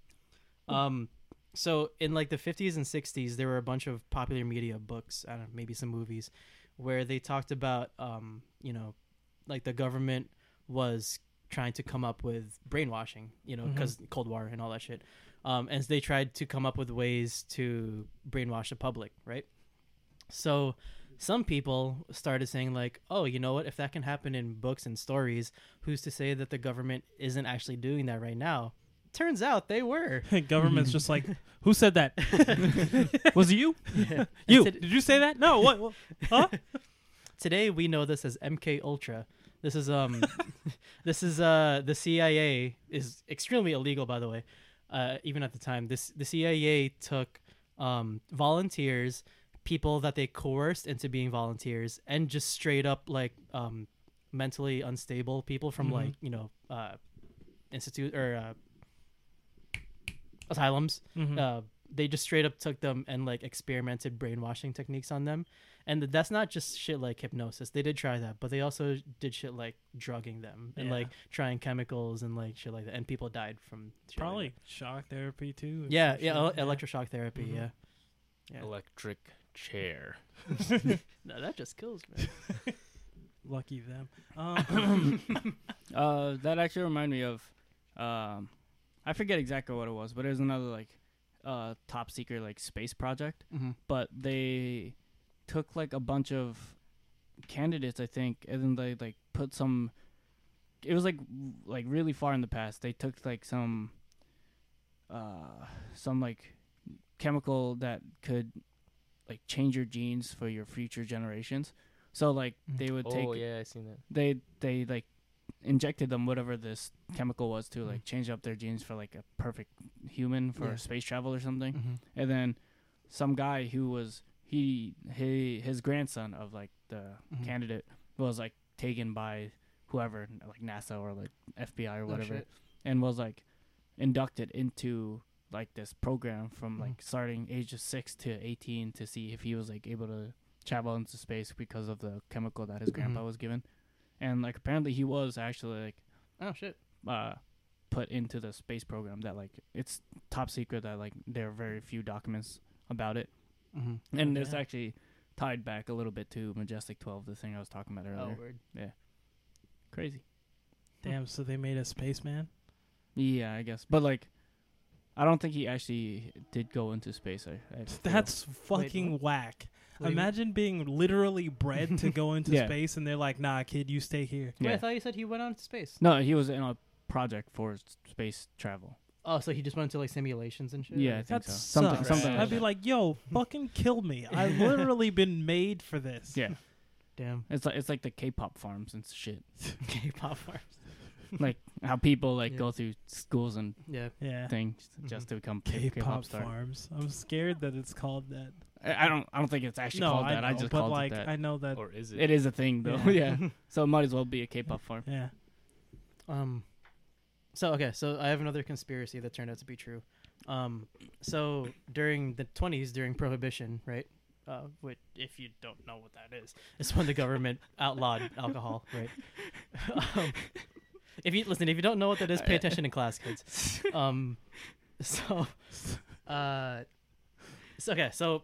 Speaker 3: Um, so in like the 50s and 60s, there were a bunch of popular media books, I don't know, maybe some movies, where they talked about, um, you know, like the government was trying to come up with brainwashing, you know,
Speaker 2: Mhm.
Speaker 3: because Cold War and all that shit. Um, and they tried to come up with ways to brainwash the public, right? So some people started saying like oh you know what if that can happen in books and stories who's to say that the government isn't actually doing that right now turns out they were
Speaker 2: Government's just like, who said that?
Speaker 1: was it you?
Speaker 2: You
Speaker 3: And to-
Speaker 2: did you say that? No. What? what- Huh?
Speaker 3: today we know this as mk ultra this is um this is uh the cia is extremely illegal by the way uh even at the time this the cia took um volunteers people that they coerced into being volunteers and just straight up like um mentally unstable people from
Speaker 2: Mhm.
Speaker 3: like you know uh, institute or uh, asylums.
Speaker 2: Mhm.
Speaker 3: Uh, they just straight up took them and like experimented brainwashing techniques on them, and th- that's not just shit like hypnosis. They did try that, but they also did shit like drugging them and
Speaker 2: Yeah.
Speaker 3: like trying chemicals and like shit like that, and people died from shit like
Speaker 2: Probably shock therapy too. or
Speaker 3: that. Yeah,
Speaker 2: some
Speaker 3: yeah, el-
Speaker 2: shit.
Speaker 3: electroshock therapy.
Speaker 2: Mhm.
Speaker 3: Yeah, Yeah.
Speaker 4: Electric chair.
Speaker 3: Mm-hmm. no, that just kills me.
Speaker 2: Lucky them. Um,
Speaker 1: Uh, that actually reminded me of, um, I forget exactly what it was, but it was another like, uh, top secret like space project. But they took like a bunch of candidates, I think, and then they like put some. It was like w- like really far in the past. They took like some, uh, some like chemical that could like change your genes for your future generations. So like
Speaker 3: Mm.
Speaker 1: they would take
Speaker 4: Oh yeah, I seen that.
Speaker 1: they they like injected them whatever this chemical was to like change up their genes for like a perfect human for
Speaker 3: Mm. Yeah.
Speaker 1: space travel or something
Speaker 3: Mhm.
Speaker 1: and then some guy who was he he his grandson of like the
Speaker 3: Mhm.
Speaker 1: candidate was like taken by whoever like NASA or like FBI or whatever
Speaker 3: Oh, shit.
Speaker 1: and was like inducted into like this program from
Speaker 3: Mhm.
Speaker 1: like starting ages 6 to 18 to see if he was like able to travel into space because of the chemical that his grandpa was given and like apparently he was actually like
Speaker 3: Oh shit.
Speaker 1: uh put into the space program that like it's top secret that like there are very few documents about it
Speaker 3: Mhm.
Speaker 1: and it's
Speaker 2: Oh, yeah.
Speaker 1: actually tied back a little bit to majestic 12 the thing i was talking about
Speaker 3: Oh
Speaker 1: earlier
Speaker 3: word.
Speaker 1: crazy
Speaker 2: damn. So they made a spaceman.
Speaker 1: yeah i guess but like i don't think he actually did go into space i, I feel.
Speaker 2: That's fucking whack.
Speaker 3: Wait,
Speaker 2: Imagine being literally bred to go into
Speaker 1: Yeah.
Speaker 2: space, and they're like, "Nah, kid, you stay here."
Speaker 3: Wait, I
Speaker 1: yeah.
Speaker 3: thought you said he went on to space.
Speaker 1: no he was in a project for s- space travel
Speaker 3: Oh, so he just went into like simulations and shit.
Speaker 1: yeah i think
Speaker 2: That
Speaker 1: so
Speaker 2: sucks.
Speaker 1: something something
Speaker 4: Right.
Speaker 1: like
Speaker 2: I'd be
Speaker 1: that.
Speaker 2: like, "Yo, fucking kill me! I've literally been made for this."
Speaker 1: yeah
Speaker 3: Damn.
Speaker 1: it's like it's like the k-pop farms and shit
Speaker 3: K-pop farms.
Speaker 1: like how people like
Speaker 3: Yeah.
Speaker 1: go through schools and
Speaker 3: Yeah.
Speaker 2: yeah. Mm-hmm.
Speaker 1: things just to become K-
Speaker 2: K-pop,
Speaker 1: K-pop star.
Speaker 2: farms. I'm scared that it's called that.
Speaker 1: I I don't. I don't think it's actually called that. I,
Speaker 2: know,
Speaker 1: just
Speaker 2: but
Speaker 1: called
Speaker 2: like,
Speaker 1: it that.
Speaker 2: I know that.
Speaker 4: Or is it?
Speaker 1: it is a thing though. Yeah.
Speaker 2: Yeah.
Speaker 1: So it might as well be a K-pop farm.
Speaker 2: Yeah.
Speaker 3: Um. So okay, so I have another conspiracy that turned out to be true. Um. So during the 20s, during Prohibition, right? Uh, which, if you don't know what that is, it's when the government outlawed alcohol, right? um, if you listen, if you don't know what that is, pay attention in class, kids. Um, so, uh, so okay, so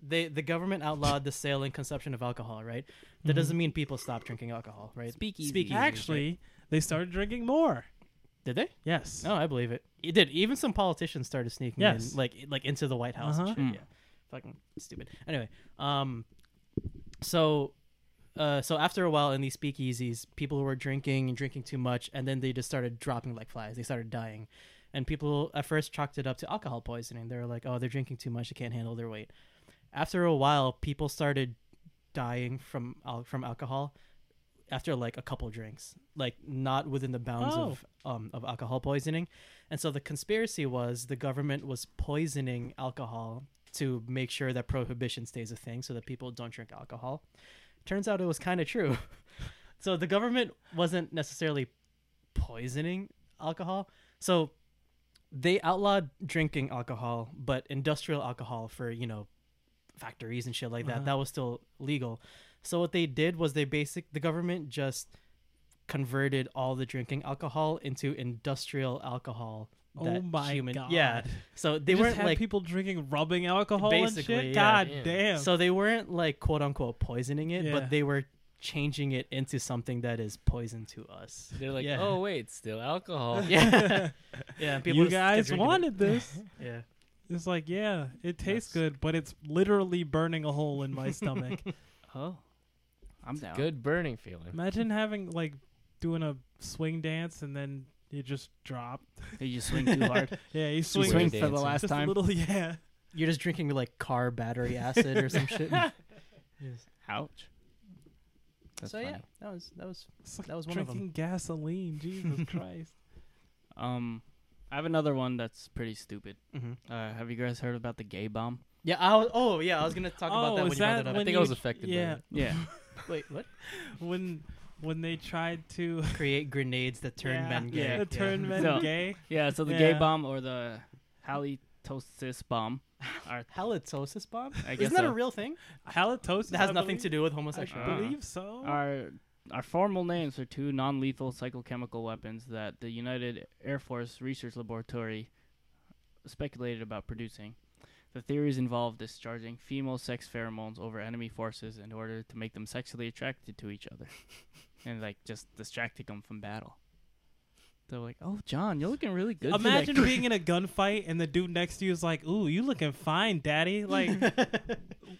Speaker 3: they the government outlawed the sale and consumption of alcohol, right? That
Speaker 2: Mhm.
Speaker 3: doesn't mean people stop drinking alcohol, right?
Speaker 1: Speakeasy.
Speaker 3: Speakeasy.
Speaker 2: Actually, they started drinking more.
Speaker 3: Did they?
Speaker 2: Yes.
Speaker 3: No, I believe it. It did. Even some politicians started sneaking
Speaker 2: Yes.
Speaker 3: in, like like into the White House. and
Speaker 2: Uh-huh.
Speaker 3: shit,
Speaker 1: Mm.
Speaker 3: Yeah, fucking stupid. Anyway, um, so, uh, so after a while in these speakeasies, people were drinking and drinking too much, and then they just started dropping like flies. They started dying, and people at first chalked it up to alcohol poisoning. They were like, "Oh, they're drinking too much. They can't handle their weight." After a while, people started dying from al- from alcohol after like a couple drinks, like not within the bounds
Speaker 2: Oh.
Speaker 3: of um, of alcohol poisoning. And so the conspiracy was the government was poisoning alcohol to make sure that prohibition stays a thing, so that people don't drink alcohol. Turns out it was kind of true. so the government wasn't necessarily poisoning alcohol. So they outlawed drinking alcohol, but industrial alcohol for, you know, factories and shit like that,
Speaker 2: Uh-huh.
Speaker 3: that was still legal. So what they did was they basic the government just converted all the drinking alcohol into industrial alcohol.
Speaker 2: Oh
Speaker 3: that
Speaker 2: my
Speaker 3: human,
Speaker 2: god.
Speaker 3: Yeah. So they
Speaker 2: They
Speaker 3: weren't
Speaker 2: weren't had
Speaker 3: like
Speaker 2: people drinking rubbing alcohol and
Speaker 3: Basically,
Speaker 2: shit.
Speaker 3: yeah.
Speaker 2: God
Speaker 4: Damn.
Speaker 2: damn.
Speaker 3: so they weren't like quote unquote poisoning it,
Speaker 2: Yeah.
Speaker 3: but they were changing it into something that is poison to us.
Speaker 4: They're like,
Speaker 3: Yeah.
Speaker 4: oh wait, it's still alcohol.
Speaker 3: Yeah. yeah. and People
Speaker 2: you
Speaker 3: just kept
Speaker 2: guys
Speaker 3: drinking it.
Speaker 2: wanted this.
Speaker 3: Yeah.
Speaker 2: It's like, yeah, it tastes
Speaker 4: That's-
Speaker 2: good, but it's literally burning a hole in my stomach.
Speaker 1: Oh, I'm down.
Speaker 4: Good burning feeling.
Speaker 2: Imagine having like doing a swing dance and then you just drop.
Speaker 1: Did you swing too hard?
Speaker 2: Yeah, you
Speaker 1: you
Speaker 2: swing,
Speaker 1: swing
Speaker 4: dancing.
Speaker 1: for the last
Speaker 2: just
Speaker 1: time.
Speaker 2: a little. Yeah,
Speaker 3: You're just drinking like car battery acid or some shit. Yes.
Speaker 1: Ouch. That's
Speaker 3: so
Speaker 1: funny.
Speaker 3: yeah, that was that was
Speaker 2: It's like
Speaker 3: That was one of 'em.
Speaker 2: drinking gasoline. Jesus Christ.
Speaker 1: Um, I have another one that's pretty stupid.
Speaker 3: mhm.
Speaker 2: Mm-hmm.
Speaker 1: Uh, have you guys heard about the gay bomb?
Speaker 3: yeah. I was, oh yeah, I was gonna talk about
Speaker 2: Oh,
Speaker 3: that when
Speaker 2: is
Speaker 3: you brought
Speaker 2: that
Speaker 3: that up.
Speaker 4: I
Speaker 2: when
Speaker 4: think
Speaker 2: you-
Speaker 4: I was affected.
Speaker 2: yeah,
Speaker 4: By
Speaker 1: Yeah.
Speaker 3: Wait, what?
Speaker 2: when when they tried to
Speaker 3: Create grenades that turn
Speaker 2: Yeah.
Speaker 3: men gay.
Speaker 1: Yeah.
Speaker 2: to turn men
Speaker 1: So-
Speaker 2: gay.
Speaker 1: Yeah, so the gay
Speaker 2: Yeah.
Speaker 1: bomb or the halitosis bomb are
Speaker 3: Halitosis bomb?
Speaker 1: I guess
Speaker 3: Isn't that
Speaker 1: so.
Speaker 3: a real thing?
Speaker 2: Halitosis
Speaker 3: That has
Speaker 2: I
Speaker 3: nothing
Speaker 2: believe.
Speaker 3: to do with
Speaker 1: Uh,
Speaker 2: I
Speaker 3: homosexuality.
Speaker 2: believe so.
Speaker 1: are are formal names for two non-lethal psychochemical weapons that the United Air Force Research Laboratory speculated about producing. The theories involve discharging female sex pheromones over enemy forces in order to make them sexually attracted to each other, and like just distracting them from battle. They're like, "Oh, John, you're looking really good." today."
Speaker 2: Imagine being in a gunfight and the dude next to you is like, "Ooh, you looking fine, daddy." Like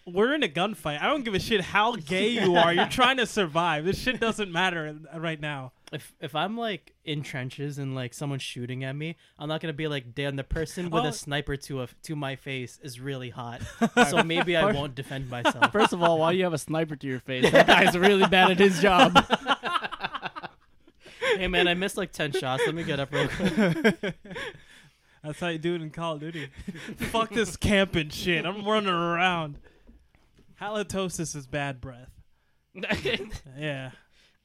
Speaker 2: we're in a gunfight. I don't give a shit how gay you are. You're trying to survive. This shit doesn't matter uh, right now.
Speaker 3: if if I'm like in trenches and like someone's shooting at me, I'm not gonna be like, damn, the person with
Speaker 2: Oh.
Speaker 3: a sniper to a to my face is really hot, so maybe I won't defend myself.
Speaker 1: First of all, why do you have a sniper to your face? That guy's really bad at his job.
Speaker 3: hey man, I missed like ten shots. Let me get up real quick.
Speaker 2: That's how you do it in Call of Duty. Fuck this camping shit. I'm running around. Halitosis is bad breath. Yeah.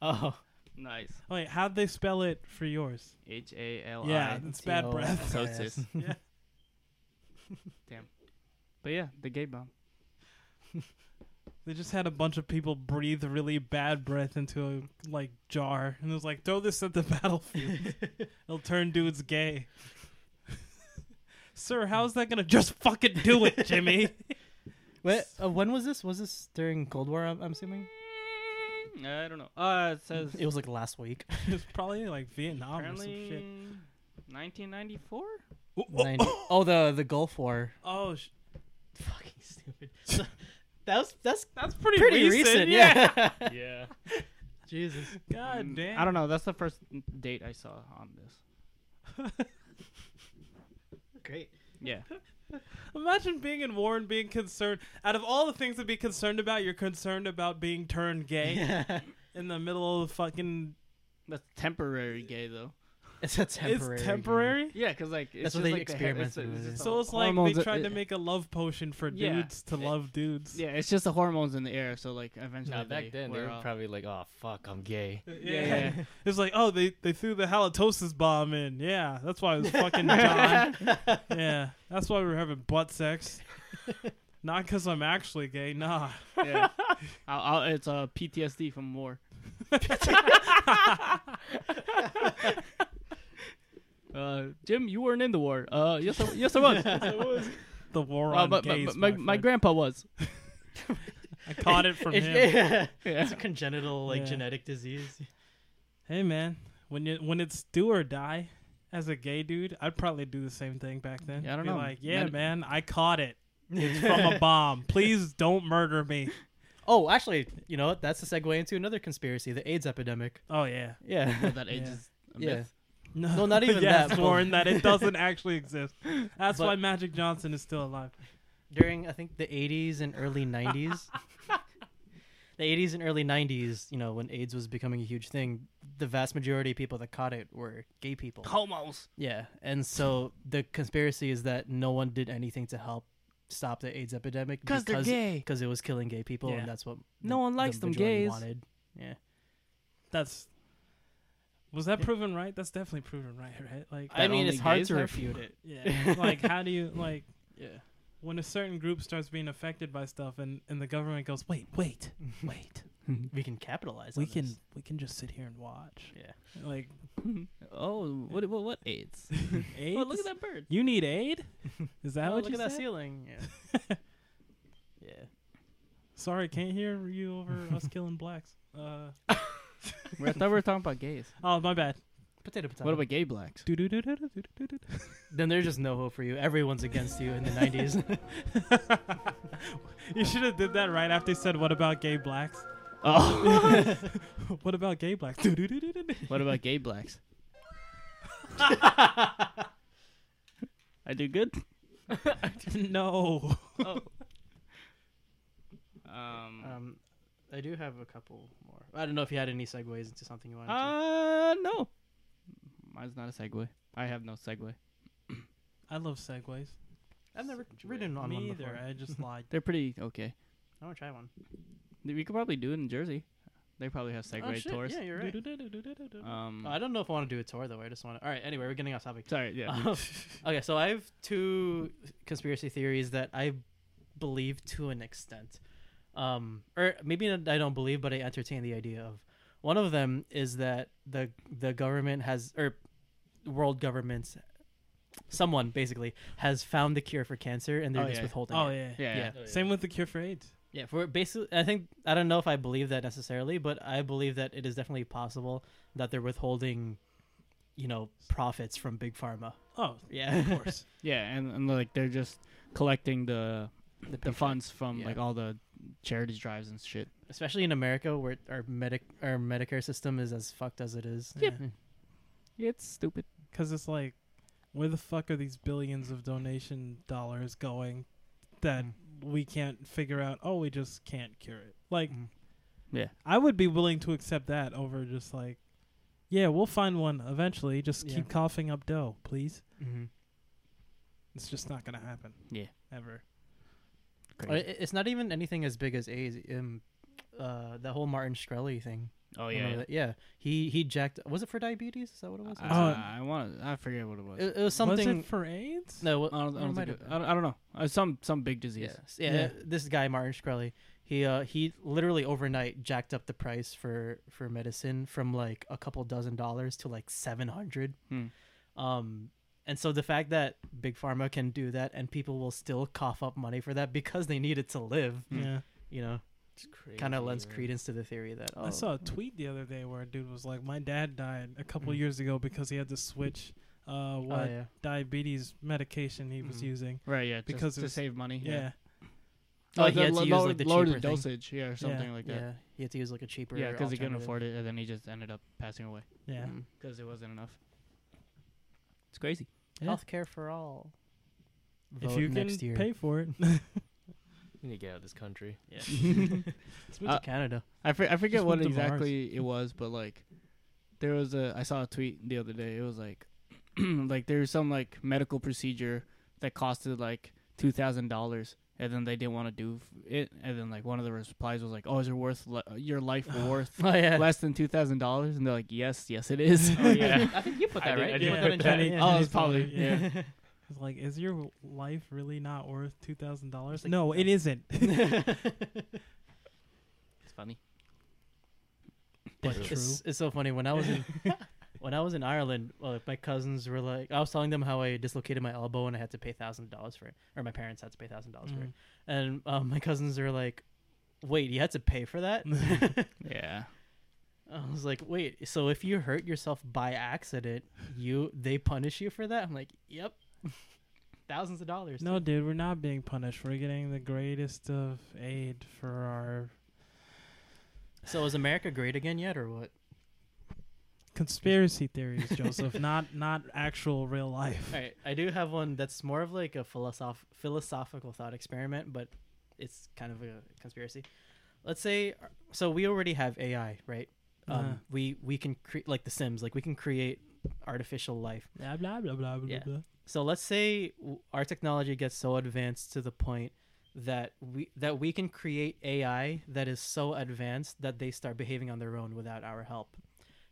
Speaker 3: Oh,
Speaker 1: nice.
Speaker 2: Wait, how'd they spell it for yours?
Speaker 1: H A L Oh, I.
Speaker 2: Yeah, it's bad
Speaker 3: T-O.
Speaker 2: breath.
Speaker 1: Tosis.
Speaker 2: Yeah.
Speaker 1: Damn. But yeah, the gay bomb.
Speaker 2: They just had a bunch of people breathe really bad breath into a like jar, and it was like, throw this at the battlefield. It'll turn dudes gay. Sir, how's that gonna just fucking do it, Jimmy?
Speaker 3: Wait, uh, when was this? Was this during Cold War? I'm, I'm assuming
Speaker 1: I don't know. Uh, it says
Speaker 3: it was like last week.
Speaker 2: it's probably like Vietnam or some shit.
Speaker 1: apparently 1994.
Speaker 2: Oh, oh,
Speaker 3: 90. Oh, the the Gulf War.
Speaker 2: oh, sh-
Speaker 3: Fucking stupid. So, that was that's
Speaker 2: that's pretty,
Speaker 3: pretty recent. yeah.
Speaker 1: Yeah.
Speaker 3: Jesus.
Speaker 2: God damn.
Speaker 1: Mm, I don't know. That's the first date I saw on this.
Speaker 3: Great.
Speaker 1: Yeah.
Speaker 2: Imagine being in war and being concerned. Out of all the things to be concerned about, you're concerned about being turned gay
Speaker 3: Yeah.
Speaker 2: in the middle of fucking.
Speaker 1: That's temporary gay though.
Speaker 3: It's a temporary.
Speaker 2: it's
Speaker 3: game.
Speaker 2: temporary.
Speaker 1: Yeah, cause like it's
Speaker 3: That's
Speaker 1: just
Speaker 3: what they
Speaker 1: like have- it's
Speaker 3: experimented
Speaker 1: a-
Speaker 3: with,
Speaker 1: just
Speaker 3: yeah.
Speaker 1: a
Speaker 2: So it's like they
Speaker 1: hormones-
Speaker 2: tried to
Speaker 1: it-
Speaker 2: make a love potion for
Speaker 1: Yeah.
Speaker 2: dudes to
Speaker 4: It-
Speaker 2: love dudes.
Speaker 1: Yeah, it's just the hormones in the air. So like eventually.
Speaker 4: Now back
Speaker 1: they
Speaker 4: then, they
Speaker 1: wear
Speaker 4: were
Speaker 1: off.
Speaker 4: probably like, "Oh fuck, I'm gay."
Speaker 1: Yeah, yeah.
Speaker 2: It's like, oh, they, they threw the halitosis bomb in. Yeah, that's why it was fucking John. yeah, that's why we were having butt sex. Not because I'm actually gay. Nah.
Speaker 1: yeah. I'll, I'll, it's uh, PTSD from war. uh, Jim, you weren't in the war. Uh, yes, I, yes, I was. Yes, I was.
Speaker 2: The war
Speaker 1: Uh,
Speaker 2: on
Speaker 1: but, but-
Speaker 2: gays.
Speaker 1: but my, my
Speaker 2: friend.
Speaker 1: grandpa was.
Speaker 2: I caught it from
Speaker 3: It's-
Speaker 2: him.
Speaker 3: yeah.
Speaker 1: Yeah.
Speaker 3: It's a congenital like
Speaker 2: Yeah.
Speaker 3: genetic disease.
Speaker 2: Hey man, when you when it's do or die, as a gay dude, I'd probably do the same thing back then.
Speaker 1: Yeah, I don't
Speaker 2: Be
Speaker 1: know.
Speaker 2: Like, yeah,
Speaker 1: Medi-
Speaker 2: man, I caught it. It's from a bomb. Please don't murder me.
Speaker 3: Oh, actually, you know what? That's a segue into another conspiracy: the AIDS epidemic.
Speaker 2: Oh yeah.
Speaker 3: Yeah.
Speaker 1: that age is a
Speaker 3: Yeah.
Speaker 1: myth.
Speaker 3: No, not even
Speaker 2: yeah,
Speaker 3: that, but-
Speaker 2: Warren, that it doesn't actually exist. That's
Speaker 3: But-
Speaker 2: why Magic Johnson is still alive.
Speaker 3: During I think the 80s and early 90s. The 80s and early 90s, you know, when AIDS was becoming a huge thing, the vast majority of people that caught it were gay people.
Speaker 1: Homos.
Speaker 3: Yeah, and so the conspiracy is that no one did anything to help stop the AIDS epidemic
Speaker 1: 'Cause they're gay.
Speaker 3: Because it was killing gay people,
Speaker 2: Yeah.
Speaker 3: and that's what
Speaker 1: No one likes them
Speaker 3: majority
Speaker 1: gays.
Speaker 3: Wanted. Yeah,
Speaker 2: That's was that proven right? That's definitely proven right, right? Like,
Speaker 1: I
Speaker 3: I
Speaker 1: That mean,
Speaker 3: mean
Speaker 1: only
Speaker 3: it's
Speaker 1: it's hard
Speaker 3: hard
Speaker 1: gays to
Speaker 3: to
Speaker 1: have-
Speaker 3: refute it.
Speaker 2: yeah. like, how do you like
Speaker 3: Yeah,
Speaker 2: when a certain group starts being affected by stuff, and and the government goes, wait, wait, wait,
Speaker 3: we can capitalize.
Speaker 2: we
Speaker 3: on
Speaker 2: can
Speaker 3: this.
Speaker 2: we can just sit here and watch.
Speaker 3: Yeah.
Speaker 2: Like,
Speaker 1: oh, what what what AIDS?
Speaker 2: AIDS?
Speaker 1: Oh, look at that bird.
Speaker 2: You need aid? Is
Speaker 3: oh,
Speaker 2: that what
Speaker 3: look
Speaker 2: you
Speaker 3: at that
Speaker 2: said?
Speaker 3: ceiling. Yeah. yeah.
Speaker 2: Sorry, can't hear you over us killing blacks. Uh,
Speaker 1: I thought we were talking about gays.
Speaker 2: oh, my bad.
Speaker 3: Potato, potato.
Speaker 1: What about gay blacks?
Speaker 2: Doo-doo-doo-doo-doo-doo-doo.
Speaker 3: then? There's just no hope for you. Everyone's against you in the '90s.
Speaker 2: you should have did that right after you said, "What about gay blacks?"
Speaker 1: Oh,
Speaker 2: What about gay blacks? Doo-doo-doo-doo-doo.
Speaker 1: what about gay blacks? I do good.
Speaker 2: no.
Speaker 1: Oh. Um,
Speaker 3: um, I do have a couple more. I don't know if you had any segues into something you wanted.
Speaker 1: Uh, no. Mine's not a segue. I have no segue.
Speaker 2: I love segues.
Speaker 3: to. I've never ridden on
Speaker 2: Me
Speaker 3: one
Speaker 2: either.
Speaker 3: before.
Speaker 2: I just lied.
Speaker 1: They're pretty okay.
Speaker 3: I want to try one.
Speaker 1: We could probably do it in Jersey. They probably have
Speaker 3: Oh,
Speaker 1: Segway
Speaker 3: shit.
Speaker 1: tours.
Speaker 3: Yeah, you're right.
Speaker 2: Uh,
Speaker 1: Um,
Speaker 3: I don't know if I want to do a tour though. I just want to. All right. Anyway, we're getting off topic.
Speaker 1: sorry, yeah.
Speaker 3: Um, okay, so I have two conspiracy theories that I believe to an extent, um, or maybe not, I don't believe, but I entertain the idea of. One of them is that the the government has or world governments, someone basically has found the cure for cancer and they're
Speaker 1: Oh,
Speaker 3: just
Speaker 1: yeah.
Speaker 3: withholding
Speaker 2: Oh
Speaker 3: it.
Speaker 2: yeah.
Speaker 1: yeah, yeah.
Speaker 3: yeah.
Speaker 2: Same with the cure for AIDS.
Speaker 3: Yeah, for basically, I think I don't know if I believe that necessarily, but I believe that it is definitely possible that they're withholding, you know, profits from big pharma.
Speaker 2: Oh,
Speaker 3: Yeah,
Speaker 2: of course.
Speaker 1: Yeah, and, and like they're just collecting the
Speaker 3: The
Speaker 1: the
Speaker 3: paycheck.
Speaker 1: funds from
Speaker 3: Yeah.
Speaker 1: like all the charity drives and shit.
Speaker 3: especially in America where our medic our Medicare system is as fucked as it is.
Speaker 1: Yep. It's stupid.
Speaker 2: Because it's like, where the fuck are these billions of donation dollars going that we can't figure out? Oh, we just can't cure it. Like,
Speaker 3: Mm.
Speaker 1: Mm-hmm. Yeah.
Speaker 2: I would be willing to accept that over just like, yeah, we'll find one eventually. Just
Speaker 3: Yeah.
Speaker 2: keep coughing up dough, please.
Speaker 3: Mm-hmm.
Speaker 2: It's just not gonna happen.
Speaker 1: Yeah.
Speaker 2: ever.
Speaker 1: Crazy.
Speaker 3: It's not even anything as big as AIDS. Um, uh, that whole Martin Shkreli thing.
Speaker 1: Oh
Speaker 3: Remember
Speaker 1: yeah.
Speaker 3: that? yeah. He he jacked. Was it for diabetes? Is that what it was? Uh,
Speaker 1: I,
Speaker 2: Uh,
Speaker 1: I want. I forget what it was.
Speaker 3: it, it was
Speaker 2: Something
Speaker 3: something.
Speaker 2: was it for AIDS?
Speaker 3: no,
Speaker 1: I don't, I don't
Speaker 3: might
Speaker 1: think. It,
Speaker 3: have
Speaker 1: I, don't, I don't know. Uh, some some big disease.
Speaker 3: yeah, yeah, uh,
Speaker 2: Yeah.
Speaker 3: This guy Martin Shkreli. He uh he literally overnight jacked up the price for for medicine from like a couple dozen dollars to like seven hundred.
Speaker 1: Hmm.
Speaker 3: Um, and so the fact that big pharma can do that and people will still cough up money for that because they need it to live,
Speaker 1: Hmm.
Speaker 2: Yeah.
Speaker 3: you know, kind of lends credence to the theory that oh,
Speaker 2: I saw a tweet the other day where a dude was like, "My dad died a couple
Speaker 3: Mhm.
Speaker 2: years ago because he had to switch uh,
Speaker 3: oh,
Speaker 2: what
Speaker 3: yeah.
Speaker 2: diabetes medication he was
Speaker 3: Mhm.
Speaker 2: using."
Speaker 1: Right. Yeah. Because
Speaker 2: Because
Speaker 1: to
Speaker 2: it's-
Speaker 1: save money.
Speaker 2: Yeah.
Speaker 3: Oh,
Speaker 1: Like
Speaker 3: he had
Speaker 1: lo-
Speaker 3: to use
Speaker 1: lower-
Speaker 3: like the
Speaker 1: lower
Speaker 3: cheaper thing.
Speaker 1: dosage. Yeah, or something like that.
Speaker 3: Yeah, he had to use like a cheaper.
Speaker 1: Yeah, because he couldn't
Speaker 3: alternative.
Speaker 1: afford it, and then he just ended up passing away
Speaker 2: yeah,
Speaker 3: Mm.
Speaker 1: because it wasn't enough. It's crazy.
Speaker 2: Yeah.
Speaker 3: Healthcare for all.
Speaker 2: If
Speaker 3: Vote
Speaker 2: you can
Speaker 3: next year.
Speaker 2: pay for it,
Speaker 4: We need to get out of this country.
Speaker 3: yeah.
Speaker 1: move to Uh,
Speaker 3: Canada.
Speaker 1: I, for, I forget
Speaker 2: Just
Speaker 1: what
Speaker 2: went to Mars.
Speaker 1: exactly it was, but like, there was a I saw a tweet the other day. It was like, like there was some like medical procedure that costed like two thousand dollars, and then they didn't want to do f- it, and then like one of the replies was like, "Oh, is it worth le- your life worth
Speaker 3: Oh yeah.
Speaker 1: less than two thousand dollars?" And they're like, "Yes, yes, it is."
Speaker 4: Oh, yeah.
Speaker 3: I think you put that
Speaker 4: I did-
Speaker 3: right.
Speaker 4: I
Speaker 3: You put
Speaker 4: did put
Speaker 3: that in
Speaker 4: that
Speaker 3: chat,
Speaker 2: in.
Speaker 3: yeah.
Speaker 1: oh,
Speaker 2: it's
Speaker 1: it's probably
Speaker 2: probably-
Speaker 1: yeah.
Speaker 2: it's like, is your life really not worth two thousand dollars?
Speaker 3: It's like-
Speaker 2: No, it isn't.
Speaker 1: It's funny.
Speaker 2: But true.
Speaker 3: It's, it's so funny when I was in when I was in Ireland. Well, my cousins were like, I was telling them how I dislocated my elbow and I had to pay thousand dollars for it, or my parents had to pay thousand dollars for it,
Speaker 2: Mm.
Speaker 3: and um, my cousins were like, "Wait, you had to pay for that?"
Speaker 1: Yeah.
Speaker 3: I was like, "Wait, so if you hurt yourself by accident, you they punish you for that?" I'm like, "Yep, thousands of dollars."
Speaker 2: No, dude, we're not being punished. We're getting the greatest of aid for our
Speaker 3: So is America great again yet, or what?
Speaker 2: conspiracy theories, Joseph. not not actual real life.
Speaker 3: All right, I do have one that's more of like a philosoph- philosophical thought experiment, but it's kind of a conspiracy. Let's say so we already have AI, right? Um,
Speaker 2: Uh-huh.
Speaker 3: We we can create like the Sims, like we can create artificial life.
Speaker 2: Blah blah blah blah blah.
Speaker 3: Yeah.
Speaker 2: blah.
Speaker 3: So let's say w- our technology gets so advanced to the point that we that we can create AI that is so advanced that they start behaving on their own without our help.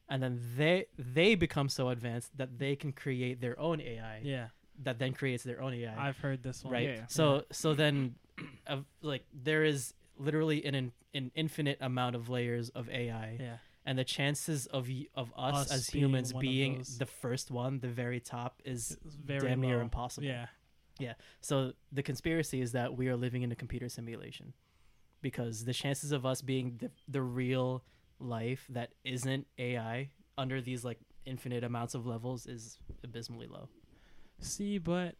Speaker 3: And then they they become so advanced that they can create their own AI
Speaker 2: Yeah,
Speaker 3: that then creates their own AI
Speaker 2: I've heard this one.
Speaker 3: right
Speaker 1: Yeah, yeah.
Speaker 3: so so then of like there is literally an, in- an infinite amount of layers of ai
Speaker 2: Yeah.
Speaker 3: and the chances of y- of us,
Speaker 2: Us
Speaker 3: as
Speaker 2: being
Speaker 3: humans
Speaker 2: one of
Speaker 3: being
Speaker 2: those.
Speaker 3: the first one the very top is
Speaker 2: It's very
Speaker 3: damn near
Speaker 2: low.
Speaker 3: impossible
Speaker 2: Yeah.
Speaker 3: so the conspiracy is that we are living in a computer simulation because the chances of us being the, the real life that isn't ai under these like infinite amounts of levels is abysmally low
Speaker 2: See, but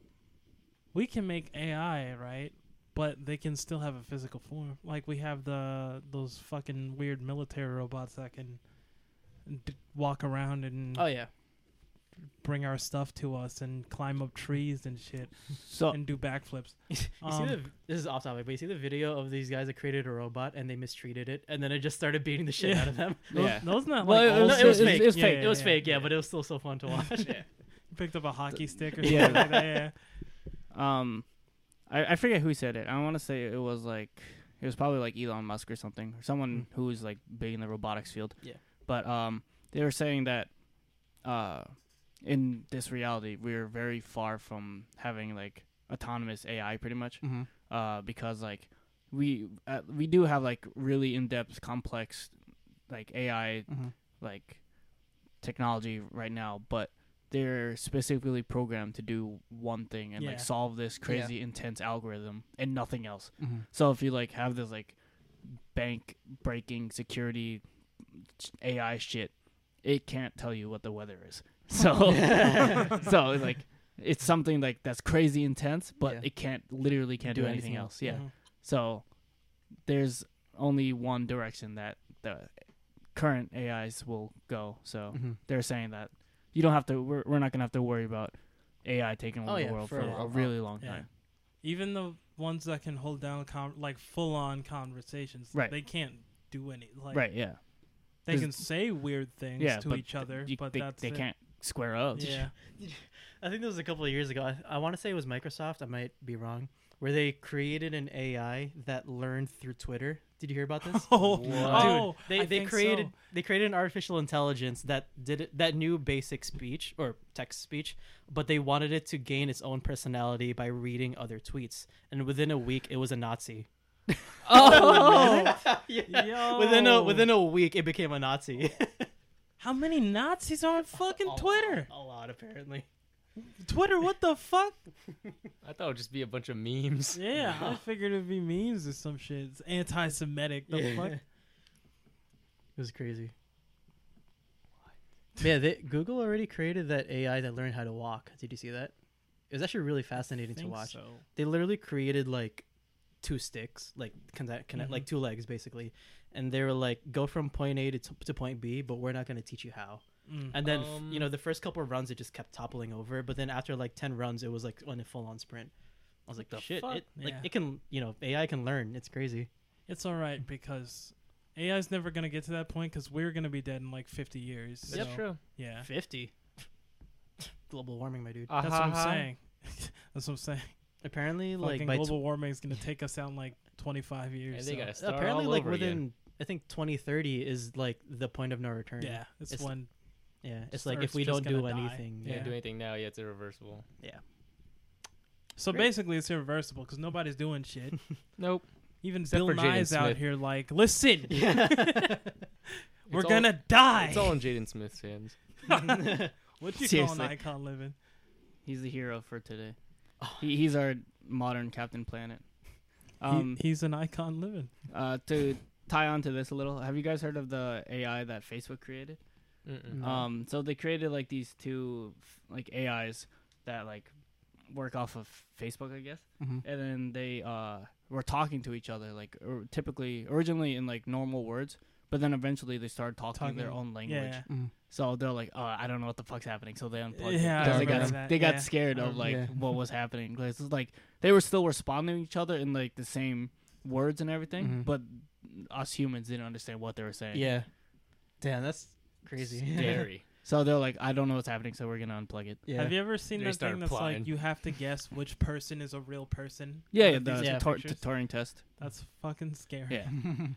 Speaker 2: we can make AI, right? But they can still have a physical form. Like we have the those fucking weird military robots that can d- walk around and
Speaker 3: oh yeah
Speaker 2: bring our stuff to us and climb up trees and shit
Speaker 1: So
Speaker 2: and do backflips. Um,
Speaker 3: You see the, this is off topic, but you see the video of these guys that created a robot and they mistreated it, and then it just started beating the shit
Speaker 2: Yeah.
Speaker 3: out of them.
Speaker 1: yeah.
Speaker 2: Those not
Speaker 1: Well,
Speaker 2: like
Speaker 1: it-
Speaker 2: old
Speaker 1: no,
Speaker 3: it was
Speaker 2: shit.
Speaker 3: fake.
Speaker 1: It was
Speaker 2: Yeah,
Speaker 1: fake.
Speaker 2: yeah,
Speaker 3: It was
Speaker 2: yeah.
Speaker 3: fake, yeah, but it was still so fun to watch.
Speaker 2: Picked up a hockey stick or
Speaker 1: Yeah.
Speaker 2: something like that. Yeah.
Speaker 1: Um, I, I forget who said it. I want to say it was like It was probably like Elon Musk or something, or someone who was like big in the robotics field.
Speaker 3: Mm. Yeah.
Speaker 1: But um, they were saying that uh, in this reality, we're very far from having like autonomous AI, pretty much
Speaker 3: Mm-hmm.
Speaker 1: uh, because like we uh, we do have like really in depth, complex like AI
Speaker 3: Mhm.
Speaker 1: like technology right now, but they're specifically programmed to do one thing and
Speaker 3: Yeah.
Speaker 1: like solve this crazy intense algorithm and nothing else.
Speaker 3: Mm-hmm.
Speaker 1: So if you like have this like bank breaking security AI shit, it can't tell you what the weather is. So so it's like it's something like that's crazy intense, but
Speaker 3: Yeah.
Speaker 1: it can't literally can't do, anything, else. Yeah.
Speaker 2: Mhm.
Speaker 1: So there's only one direction that the current AIs will go. So
Speaker 3: Mm-hmm.
Speaker 1: they're saying that you don't have to. We're, we're not gonna have to worry about AI taking over
Speaker 3: Oh,
Speaker 1: the
Speaker 3: yeah,
Speaker 1: world
Speaker 3: for
Speaker 1: for,
Speaker 3: a
Speaker 1: a,
Speaker 3: while.
Speaker 1: really long
Speaker 2: Yeah.
Speaker 1: time.
Speaker 2: Even the ones that can hold down con- like full on conversations,
Speaker 1: Right.
Speaker 2: They can't do any like
Speaker 1: right? Yeah.
Speaker 2: They
Speaker 1: There's-
Speaker 2: can say weird things
Speaker 1: Yeah,
Speaker 2: to
Speaker 1: but
Speaker 2: each other,
Speaker 1: You-
Speaker 2: but
Speaker 1: they,
Speaker 2: that's
Speaker 1: they
Speaker 2: it.
Speaker 1: can't square up.
Speaker 2: Yeah,
Speaker 3: I think this was a couple of years ago. I, I want to say it was Microsoft. I might be wrong. Where they created an AI that learned through Twitter. Did you hear about this?
Speaker 2: Oh,
Speaker 4: Dude,
Speaker 2: oh,
Speaker 3: they
Speaker 2: I
Speaker 3: they
Speaker 2: think
Speaker 3: created
Speaker 2: so.
Speaker 3: they created an artificial intelligence that did it, that knew basic speech or text speech, but they wanted it to gain its own personality by reading other tweets. And within a week, it was a Nazi.
Speaker 1: Oh.
Speaker 2: Yo.
Speaker 3: Within a within a week, it became a Nazi.
Speaker 2: How many Nazis are on fucking
Speaker 3: Oh.
Speaker 2: Twitter?
Speaker 3: a, lot apparently.
Speaker 2: Twitter, what the fuck?
Speaker 4: I thought it would just be a bunch of memes.
Speaker 2: Yeah, I figured it'd be memes or some shit. It's anti-Semitic. The fuck?
Speaker 3: It was crazy. Yeah, they, Google already created that AI that learned how to walk. Did you see that? It was actually really fascinating to
Speaker 2: Think
Speaker 3: watch.
Speaker 2: so.
Speaker 3: They literally created like two sticks, like connect, connect,
Speaker 2: Mhm.
Speaker 3: like two legs basically, and they were like, go from point A to, t- to point B, but we're not going to teach you how.
Speaker 2: Mm.
Speaker 3: And then f- you
Speaker 4: Um,
Speaker 3: know the first couple of runs it just kept toppling over, but then after like ten runs it was like on a full on sprint. I was like,
Speaker 4: the
Speaker 3: shit,
Speaker 4: fuck?
Speaker 3: it like
Speaker 2: Yeah.
Speaker 3: it can you know AI can learn. It's crazy.
Speaker 2: It's all right because AI's never gonna get to that point because we're gonna be dead in like 50 years.
Speaker 4: That's
Speaker 2: so,
Speaker 4: true.
Speaker 2: Yeah, Uh,
Speaker 3: Fifty. Global warming, my dude.
Speaker 2: that's what I'm
Speaker 4: Ahaha.
Speaker 2: saying. that's what I'm saying.
Speaker 3: Apparently, like
Speaker 2: Fucking
Speaker 3: by
Speaker 2: global warming is gonna take us out in like 25
Speaker 4: And
Speaker 2: years.
Speaker 4: they
Speaker 2: so-
Speaker 4: gotta start
Speaker 3: apparently
Speaker 4: all
Speaker 3: like
Speaker 4: over
Speaker 3: within
Speaker 4: again.
Speaker 3: I think twenty thirty is like the point of no return.
Speaker 2: yeah, it's,
Speaker 3: It's-
Speaker 2: one.
Speaker 3: yeah. It's
Speaker 2: Just
Speaker 3: like if
Speaker 2: Earth's
Speaker 3: we
Speaker 2: just
Speaker 3: don't do
Speaker 2: gonna die.
Speaker 3: anything,
Speaker 4: You
Speaker 3: yeah.
Speaker 4: can't do anything now. Yeah, it's irreversible.
Speaker 2: So
Speaker 4: Great.
Speaker 2: basically, it's irreversible because nobody's doing shit.
Speaker 4: Nope.
Speaker 2: Even
Speaker 4: Except
Speaker 2: Bill
Speaker 4: for Jaden
Speaker 2: Nye's out
Speaker 4: Smith.
Speaker 2: here like, listen, we're
Speaker 4: It's all-
Speaker 2: gonna die.
Speaker 4: It's all in Jaden Smith's hands.
Speaker 2: what you
Speaker 1: Seriously.
Speaker 2: calling icon living?
Speaker 1: He's the hero for today.
Speaker 2: Oh.
Speaker 1: He, he's our modern Captain Planet. Um,
Speaker 2: he, he's an icon living.
Speaker 1: uh, to tie on to this a little, have you guys heard of the AI that Facebook created?
Speaker 4: Mm-mm.
Speaker 2: Mm-hmm.
Speaker 3: No.
Speaker 1: Um, so they created like these two f- like AIs that like work off of Facebook, I guess.
Speaker 3: Mhm.
Speaker 2: Mm-hmm.
Speaker 1: And then they uh were talking to each other like or typically originally in like normal words, but then eventually they started talking, their
Speaker 2: Talking-
Speaker 1: own language.
Speaker 2: Yeah,
Speaker 3: Mm.
Speaker 1: So they're like, "Uh, I don't know what the fuck's happening." So they unplugged. it
Speaker 2: Yeah, I
Speaker 1: 'cause they
Speaker 4: remember
Speaker 1: got
Speaker 2: that,
Speaker 1: they got
Speaker 2: yeah.
Speaker 1: scared
Speaker 2: I
Speaker 1: of like
Speaker 3: remember-
Speaker 1: what was happening. 'Cause It's like they were still responding to each other in like the same words and everything,
Speaker 2: Mm-hmm.
Speaker 3: Mhm.
Speaker 1: but us humans didn't understand what they were saying.
Speaker 3: yeah. Damn, that's crazy.
Speaker 4: Scary.
Speaker 1: So they're like, "I don't know what's happening, so we're gonna unplug it."
Speaker 3: yeah.
Speaker 2: Have you ever seen
Speaker 4: They
Speaker 2: that thing
Speaker 4: started
Speaker 2: that's
Speaker 4: plotting.
Speaker 2: like you have to guess which person is a real person?
Speaker 1: Yeah, yeah
Speaker 2: with
Speaker 1: the
Speaker 2: these
Speaker 3: yeah.
Speaker 1: Tor-
Speaker 2: pictures?
Speaker 1: the Turing test.
Speaker 2: That's fucking scary.
Speaker 1: Yeah,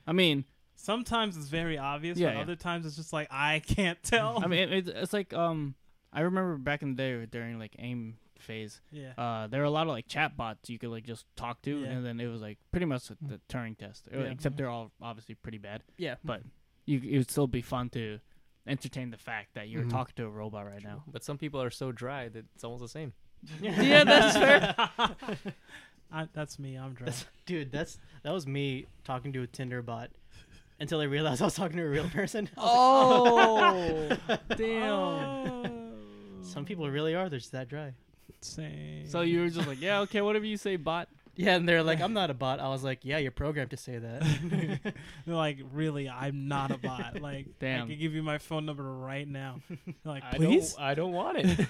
Speaker 1: I mean,
Speaker 2: Sometimes it's very obvious,
Speaker 1: Yeah,
Speaker 2: but
Speaker 1: yeah.
Speaker 2: other times it's just like I can't tell.
Speaker 1: I mean, it, it's it's like um, I remember back in the day during like AIM phase,
Speaker 2: yeah.
Speaker 1: uh, there were a lot of like chat bots you could like just talk to,
Speaker 2: Yeah.
Speaker 1: and then it was like pretty much the- the Turing test, Uh,
Speaker 2: Yeah.
Speaker 1: except they're all obviously pretty bad.
Speaker 3: yeah.
Speaker 1: But you it would still be fun to entertain the fact that you're
Speaker 3: Mhm.
Speaker 1: talking to a robot right now.
Speaker 4: But some people are so dry that it's almost the same.
Speaker 1: yeah, that's fair.
Speaker 2: I, that's me. I'm drunk.
Speaker 3: That's, dude, that's that was me talking to a Tinder bot until I realized I was talking to a real person. I
Speaker 2: Oh.
Speaker 4: "Oh."
Speaker 3: was like, Some people really are. They're just that dry.
Speaker 2: Same.
Speaker 1: So you were just like, yeah, okay, whatever you say, bot.
Speaker 3: Yeah, and they're like, I'm not a bot. I was like, yeah, you're programmed to say that.
Speaker 2: They're like, really, I'm not a bot. Like, I
Speaker 1: Damn.
Speaker 2: could give you my phone number right now. They're like,
Speaker 4: I
Speaker 2: please?
Speaker 4: Don't, I don't want it.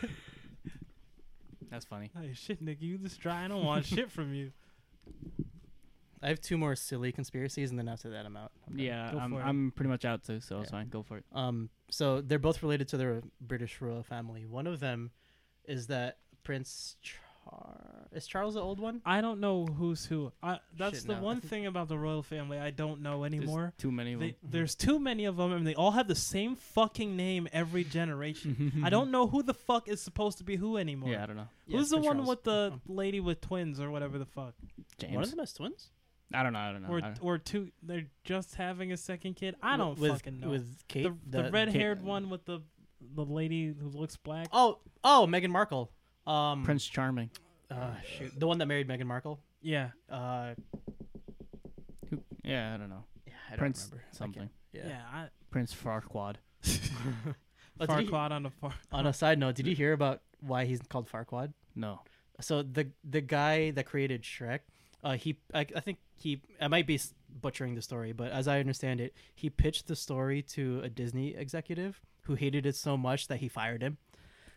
Speaker 1: That's funny.
Speaker 2: Hey, shit, nigga, you just dry. I don't want shit from you.
Speaker 3: I have two more silly conspiracies, and then after that, I'm out. I'm done.
Speaker 1: Yeah,
Speaker 2: Go
Speaker 1: I'm,
Speaker 2: for it.
Speaker 1: I'm pretty much out too, so it's
Speaker 3: Yeah.
Speaker 1: fine. Go for it.
Speaker 3: Um, so they're both related to the British royal family. One of them is that Prince Char- Is Charles the old one?
Speaker 2: I don't know who's who. I, that's
Speaker 3: Shit,
Speaker 2: the
Speaker 3: no, I
Speaker 2: one
Speaker 3: think-
Speaker 2: thing about the royal family I don't know anymore.
Speaker 1: Too many of
Speaker 2: They,
Speaker 1: them.
Speaker 2: there's too many of them, and they all have the same fucking name every generation. I don't know who the fuck is supposed to be who anymore.
Speaker 1: Yeah, I don't know.
Speaker 3: Yeah, Uh-huh.
Speaker 2: Who's
Speaker 3: it's
Speaker 2: the
Speaker 3: been
Speaker 2: one
Speaker 3: Charles. Oh,
Speaker 2: with the lady with twins or whatever the
Speaker 3: One
Speaker 2: fuck?
Speaker 3: of
Speaker 1: James.
Speaker 3: them has twins.
Speaker 1: I don't know. I don't know. I
Speaker 2: or
Speaker 1: don't-
Speaker 2: or two? They're just having a second kid. I
Speaker 3: Wi-
Speaker 2: don't
Speaker 3: with,
Speaker 2: fucking know.
Speaker 3: With Kate,
Speaker 2: the the, red-haired
Speaker 1: Kate-
Speaker 2: one with the the lady who looks black.
Speaker 3: Oh, oh, Meghan Markle. Um,
Speaker 1: Prince Charming.
Speaker 3: Uh, shoot, the one that married Meghan Markle.
Speaker 2: Yeah,
Speaker 3: Uh,
Speaker 1: Who, yeah, I don't know.
Speaker 3: yeah, I don't
Speaker 1: Prince
Speaker 3: remember. I can't-
Speaker 1: something.
Speaker 2: yeah.
Speaker 3: Yeah.
Speaker 1: Prince Farquaad.
Speaker 3: Oh,
Speaker 2: I,
Speaker 3: did you-
Speaker 2: Farquaad on a far.
Speaker 3: on a side note, did you hear about why he's called Farquad?
Speaker 1: No.
Speaker 3: So the the guy that created Shrek, uh, he I, I think he I might be s- butchering the story, but as I understand it, he pitched the story to a Disney executive who hated it so much that he fired him.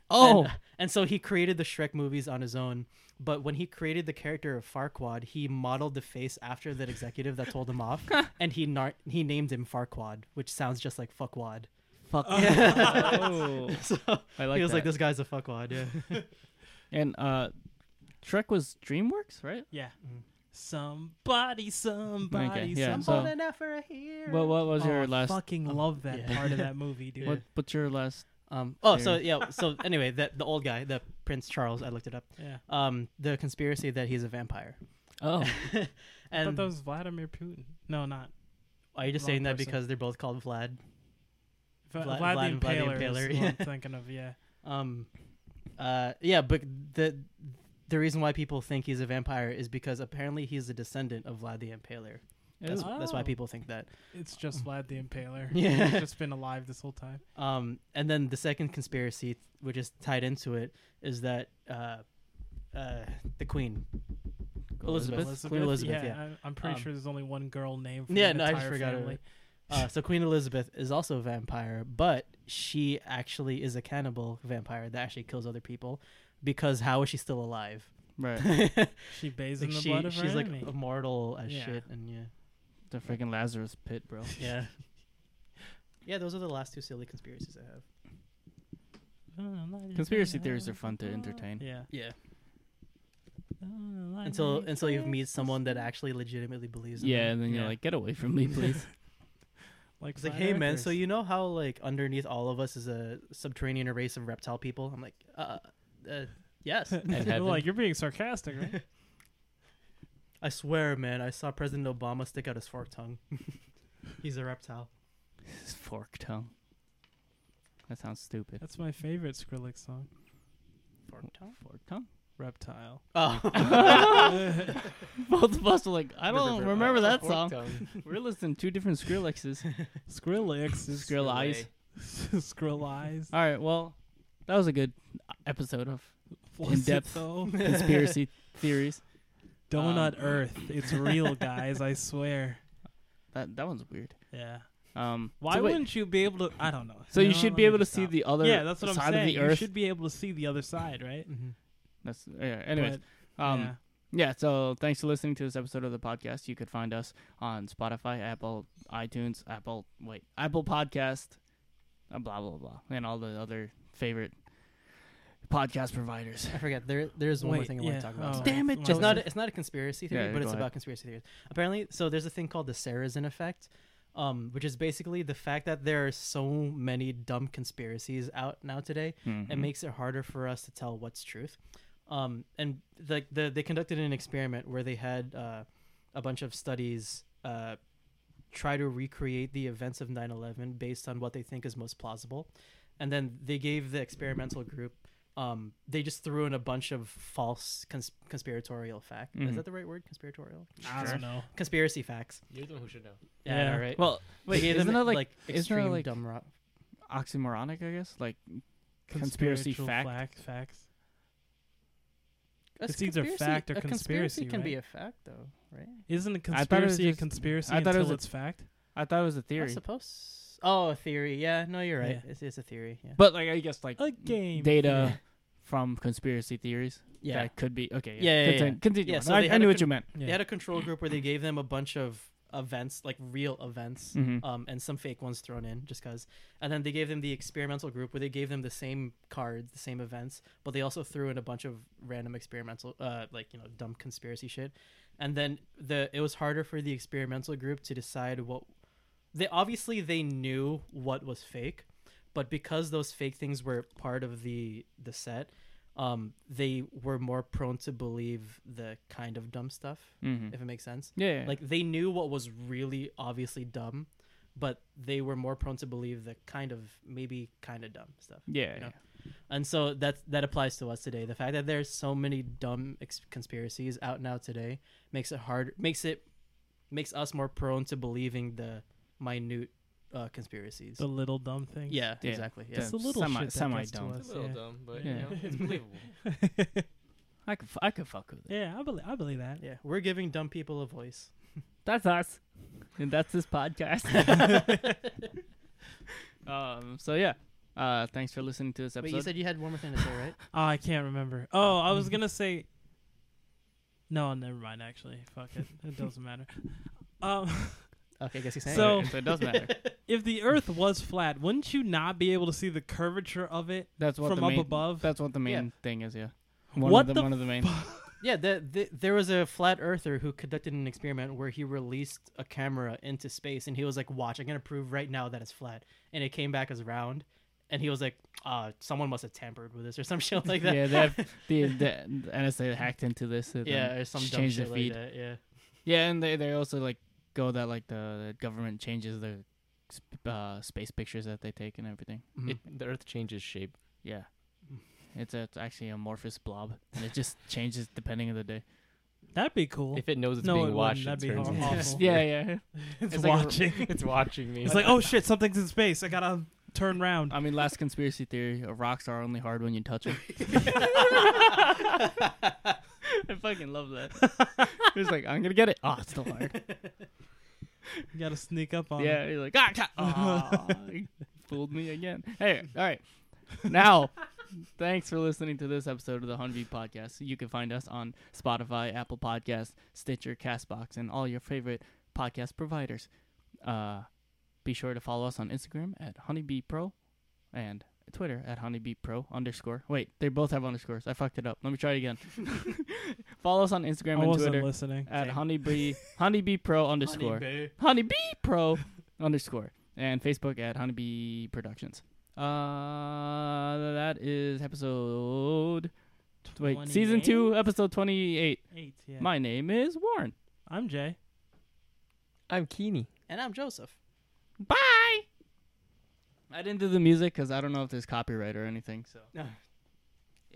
Speaker 1: Oh.
Speaker 3: And, and so he created the Shrek movies on his own. But when he created the character of Farquad, he modeled the face after that executive that told him off, and he nar- he named him Farquad, which sounds just like fuckwad.
Speaker 1: Fuck.
Speaker 3: Oh. so
Speaker 1: I like
Speaker 3: he was
Speaker 1: that.
Speaker 3: like, "This guy's a fuckwad." Yeah.
Speaker 1: And uh, Shrek was DreamWorks, right?
Speaker 2: Yeah.
Speaker 3: Mhm.
Speaker 2: Somebody, somebody,
Speaker 1: yeah,
Speaker 2: somebody.
Speaker 1: so-
Speaker 3: Bold enough for a hero.
Speaker 1: What What was
Speaker 2: Oh,
Speaker 1: your
Speaker 2: I
Speaker 1: last?
Speaker 2: fucking love that
Speaker 3: yeah.
Speaker 2: part of that movie, dude.
Speaker 1: What What's your last?
Speaker 3: Um, oh, so yeah. So anyway, that the old guy, the Prince Charles, I looked it up.
Speaker 2: Yeah.
Speaker 3: Um, the conspiracy that he's a vampire.
Speaker 1: Oh,
Speaker 2: I thought
Speaker 3: And
Speaker 2: that was Vladimir Putin. No, not
Speaker 3: are you just
Speaker 2: wrong
Speaker 3: saying that
Speaker 2: person.
Speaker 3: because they're both called Vlad?
Speaker 2: Vlad,
Speaker 3: Vlad-
Speaker 2: Vlad
Speaker 3: Vlad-
Speaker 2: the
Speaker 3: Vlad the Impaler,
Speaker 2: Impaler. is what I'm
Speaker 3: yeah.
Speaker 2: thinking of yeah.
Speaker 3: Um, uh, yeah, but the the reason why people think he's a vampire is because apparently he's a descendant of Vlad the Impaler. That's,
Speaker 1: Ew.
Speaker 3: that's why
Speaker 2: Oh.
Speaker 3: people think that.
Speaker 2: It's just Vlad the
Speaker 3: Mm.
Speaker 2: Impaler.
Speaker 3: Yeah.
Speaker 2: He's just been alive this whole time.
Speaker 3: Um, and then the second conspiracy, which is tied into it, is that uh, uh, the Queen. Elizabeth. Queen Elizabeth, yeah.
Speaker 2: I, am pretty
Speaker 3: Um,
Speaker 2: sure there's only one girl named. For
Speaker 3: Yeah,
Speaker 2: the
Speaker 3: no, I just
Speaker 2: entire
Speaker 3: forgot her.
Speaker 2: family.
Speaker 3: Uh, so Queen Elizabeth is also a vampire, but she actually is a cannibal vampire that actually kills other people. Because how is she still alive?
Speaker 1: right.
Speaker 3: like
Speaker 2: She bathes in the
Speaker 3: she,
Speaker 2: blood of her
Speaker 3: she's like
Speaker 2: enemy.
Speaker 3: immortal as
Speaker 2: Yeah.
Speaker 3: shit, and yeah,
Speaker 1: The freaking Lazarus pit, bro.
Speaker 3: yeah, yeah. Those are the last two silly conspiracies I have.
Speaker 1: Conspiracy theories are fun to entertain.
Speaker 2: Yeah.
Speaker 3: Yeah. Until until you meet someone that actually legitimately believes. In
Speaker 1: Yeah,
Speaker 3: them.
Speaker 1: and then you're
Speaker 2: Yeah.
Speaker 1: like, get away from me, please.
Speaker 2: like,
Speaker 3: It's like,
Speaker 2: Vlad
Speaker 3: hey man, so
Speaker 2: Icarus.
Speaker 3: you know how like underneath all of us is a subterranean race of reptile people? I'm like, uh, uh yes.
Speaker 4: And
Speaker 2: You're
Speaker 4: heaven.
Speaker 2: like you're being sarcastic, right?
Speaker 3: I swear, man, I saw President Obama stick out his forked tongue. He's a reptile.
Speaker 1: His fork tongue. That sounds stupid.
Speaker 2: That's my favorite Skrillex song,
Speaker 3: Forked tongue?
Speaker 1: Fork tongue.
Speaker 2: Reptile.
Speaker 3: Oh.
Speaker 1: Both of us are like, I don't remember that
Speaker 4: Fork
Speaker 1: song.
Speaker 4: tongue.
Speaker 1: We're listening to two different Skrillexes.
Speaker 2: Skrillex is
Speaker 1: Skrill eyes.
Speaker 2: Skrillex.
Speaker 1: All right, well, that was a good episode of
Speaker 2: Was it
Speaker 1: depth.
Speaker 2: though?
Speaker 1: conspiracy theories.
Speaker 2: Donut
Speaker 1: Um,
Speaker 2: Earth. It's real, guys. I swear.
Speaker 1: That that one's weird.
Speaker 2: Yeah.
Speaker 1: Um,
Speaker 2: Why
Speaker 1: so wait,
Speaker 2: wouldn't you be able to? I don't know.
Speaker 1: so you
Speaker 2: know,
Speaker 1: should
Speaker 2: let
Speaker 1: be
Speaker 2: me
Speaker 1: able to
Speaker 2: just
Speaker 1: see
Speaker 2: stop.
Speaker 1: the other
Speaker 2: yeah, that's what
Speaker 1: side
Speaker 2: I'm
Speaker 1: of
Speaker 2: saying.
Speaker 1: the earth.
Speaker 2: You should be able to see the other side, right?
Speaker 3: Mhm.
Speaker 1: That's yeah. Anyways,
Speaker 2: But,
Speaker 1: um,
Speaker 2: yeah.
Speaker 1: Yeah, so thanks for listening to this episode of the podcast. You could find us on Spotify, Apple, iTunes, Apple, wait, Apple Podcast, uh, blah blah blah, and all the other favorite podcast providers.
Speaker 3: I forget. There, there's one more
Speaker 2: Wait,
Speaker 3: thing I want
Speaker 2: yeah,
Speaker 3: to talk about.
Speaker 2: oh.
Speaker 1: Damn it,
Speaker 2: Well,
Speaker 3: It's
Speaker 1: Joseph.
Speaker 3: not. It's not a conspiracy theory,
Speaker 1: Yeah,
Speaker 3: but
Speaker 1: go
Speaker 3: it's
Speaker 1: ahead.
Speaker 3: about conspiracy theories. Apparently, so there's a thing called the Sarrazin effect, um, which is basically the fact that there are so many dumb conspiracies out now today
Speaker 1: Mm-hmm.
Speaker 3: it makes it harder for us to tell what's truth. Um, and like the, they conducted an experiment where they had uh, a bunch of studies uh, try to recreate the events of 9/11 based on what they think is most plausible, and then they gave the experimental group. Um, they just threw in a bunch of false cons- conspiratorial fact.
Speaker 1: Mhm.
Speaker 3: Is that the right word? Conspiratorial,
Speaker 2: I
Speaker 1: Sure.
Speaker 2: don't know.
Speaker 3: conspiracy facts.
Speaker 4: You're the one who should know.
Speaker 3: I know,
Speaker 2: Yeah.
Speaker 3: right.
Speaker 1: Well,
Speaker 3: They
Speaker 1: wait,
Speaker 3: gave
Speaker 1: isn't
Speaker 3: them,
Speaker 1: that like, isn't that
Speaker 3: extreme
Speaker 1: like
Speaker 3: dumb rock?
Speaker 1: oxymoronic? I guess like Conspiracy
Speaker 2: Conspiritual
Speaker 1: fact?
Speaker 2: fact- facts.
Speaker 3: A
Speaker 2: It's either
Speaker 3: conspiracy-
Speaker 2: fact or
Speaker 3: a
Speaker 2: conspiracy,
Speaker 3: can be
Speaker 2: right?
Speaker 3: a fact, though, right?
Speaker 2: Isn't a
Speaker 1: I thought it was
Speaker 2: conspiracy a
Speaker 1: just-
Speaker 2: conspiracy
Speaker 1: I thought it
Speaker 2: until
Speaker 1: was a-
Speaker 2: it's fact?
Speaker 1: I thought it was a
Speaker 3: I
Speaker 1: theory,
Speaker 3: suppose. Oh, a theory. Yeah. No, you're right.
Speaker 2: Yeah.
Speaker 3: It's, it's a theory. Yeah.
Speaker 1: but like I guess like
Speaker 2: A game.
Speaker 1: data
Speaker 3: Yeah.
Speaker 1: from conspiracy theories
Speaker 3: yeah.
Speaker 1: that could be okay.
Speaker 3: Yeah, yeah,
Speaker 1: continue.
Speaker 3: yeah.
Speaker 1: continue
Speaker 3: Yeah,
Speaker 1: on.
Speaker 3: so
Speaker 1: I,
Speaker 3: they
Speaker 1: I
Speaker 3: had a
Speaker 1: knew
Speaker 3: con-
Speaker 1: what you meant.
Speaker 2: Yeah.
Speaker 3: They had a control group where they gave them a bunch of events, like real events,
Speaker 1: Mhm.
Speaker 3: um, and some fake ones thrown in just because. And then they gave them the experimental group where they gave them the same cards, the same events, but they also threw in a bunch of random experimental, uh, like, you know, dumb conspiracy shit. And then the it was harder for the experimental group to decide what they obviously they knew what was fake, but because those fake things were part of the the set, um, they were more prone to believe the kind of dumb stuff,
Speaker 1: Mhm.
Speaker 3: if it makes sense.
Speaker 1: Yeah, yeah.
Speaker 3: Like they knew what was really obviously dumb, but they were more prone to believe the kind of maybe kind of dumb stuff.
Speaker 1: yeah,
Speaker 3: you know?
Speaker 1: yeah.
Speaker 3: And so that that applies to us today. The fact that there's so many dumb ex- conspiracies out now today makes it hard makes it makes us more prone to believing the minute uh, conspiracies.
Speaker 2: The little dumb thing.
Speaker 3: yeah,
Speaker 1: Yeah.
Speaker 3: exactly. Yeah.
Speaker 1: Yeah.
Speaker 2: It's the little
Speaker 1: Semi-
Speaker 2: shit that
Speaker 1: semi
Speaker 2: gets to
Speaker 1: dumb.
Speaker 2: us,
Speaker 4: It's a little
Speaker 2: yeah.
Speaker 4: dumb, but
Speaker 1: Yeah.
Speaker 4: you know, it's believable.
Speaker 1: I could, f- I could fuck with it.
Speaker 2: yeah, I believe I believe that.
Speaker 3: Yeah, we're giving dumb people a voice.
Speaker 1: That's us, and that's this podcast. um. So yeah. Uh. Thanks for listening to this episode.
Speaker 3: Wait, you said you had one more thing to say, right?
Speaker 2: Oh, I can't remember. Oh, I was gonna say. No, never mind. Actually, fuck it. It doesn't matter. Um,
Speaker 3: okay, I guess you said
Speaker 2: So-
Speaker 1: Okay, so it does matter.
Speaker 2: if the Earth was flat, wouldn't you not be able to see the curvature of it
Speaker 1: That's what
Speaker 2: from
Speaker 1: the
Speaker 2: up
Speaker 1: main,
Speaker 2: above?
Speaker 1: That's what the
Speaker 3: Yeah.
Speaker 1: main thing is. Yeah. One
Speaker 2: What
Speaker 1: of the,
Speaker 2: the
Speaker 1: one of the main.
Speaker 3: yeah. The, the, there was a flat earther who conducted an experiment where he released a camera into space, and he was like, "Watch, I'm gonna prove right now that it's flat," and it came back as round, and he was like, "Uh, someone must have tampered with this or some shit like that."
Speaker 1: yeah, they have the, the NSA hacked into this. and
Speaker 3: Yeah,
Speaker 1: then
Speaker 3: or some
Speaker 1: ch-
Speaker 3: dumb
Speaker 1: changed
Speaker 3: shit
Speaker 1: the feed.
Speaker 3: like that. Yeah.
Speaker 1: Yeah, and they they also like go that like the, the government changes the sp- uh, space pictures that they take and everything.
Speaker 2: Hmm.
Speaker 4: It, the Earth changes shape.
Speaker 1: Yeah. It's, a, it's actually an amorphous blob, and it just changes depending on the day.
Speaker 2: That'd be cool.
Speaker 4: If it knows it's
Speaker 2: No, it
Speaker 4: being
Speaker 2: wouldn't.
Speaker 4: watched, it
Speaker 2: That'd be
Speaker 4: turns
Speaker 2: awful.
Speaker 4: into
Speaker 3: Oh.
Speaker 2: Awful.
Speaker 1: Yeah, yeah.
Speaker 2: it's,
Speaker 1: it's like a-
Speaker 2: watching.
Speaker 4: It's watching me.
Speaker 2: it's like, oh shit, something's in space. I gotta turn round.
Speaker 1: I mean, last conspiracy theory: uh, rocks are only hard when you touch them. I fucking love that. It's like I'm gonna get it. Oh, it's still hard.
Speaker 2: You gotta sneak up on.
Speaker 1: Yeah,
Speaker 2: It.
Speaker 1: you're like ah, ca- ah, you fooled me again. Hey, all right. Now, thanks for listening to this episode of the Hunvee Podcast. You can find us on Spotify, Apple Podcasts, Stitcher, Castbox, and all your favorite podcast providers. Uh, be sure to follow us on Instagram at Honeybee Pro and Twitter at Honeybee Pro underscore. Wait, they both have underscores. I fucked it up. Let me try it again. follow us on
Speaker 2: I
Speaker 1: Instagram and
Speaker 2: wasn't
Speaker 1: Twitter
Speaker 2: listening.
Speaker 1: at
Speaker 3: Same.
Speaker 1: Honeybee Honeybee Pro underscore honeybee pro underscore and facebook at honeybee productions uh that is episode wait season 2 episode 28
Speaker 2: Eight. Yeah.
Speaker 1: my name is warren
Speaker 2: I'm Jay.
Speaker 4: I'm Keeney.
Speaker 3: And I'm Joseph.
Speaker 1: bye i didn't do the music because i don't know if there's copyright or anything so
Speaker 3: No,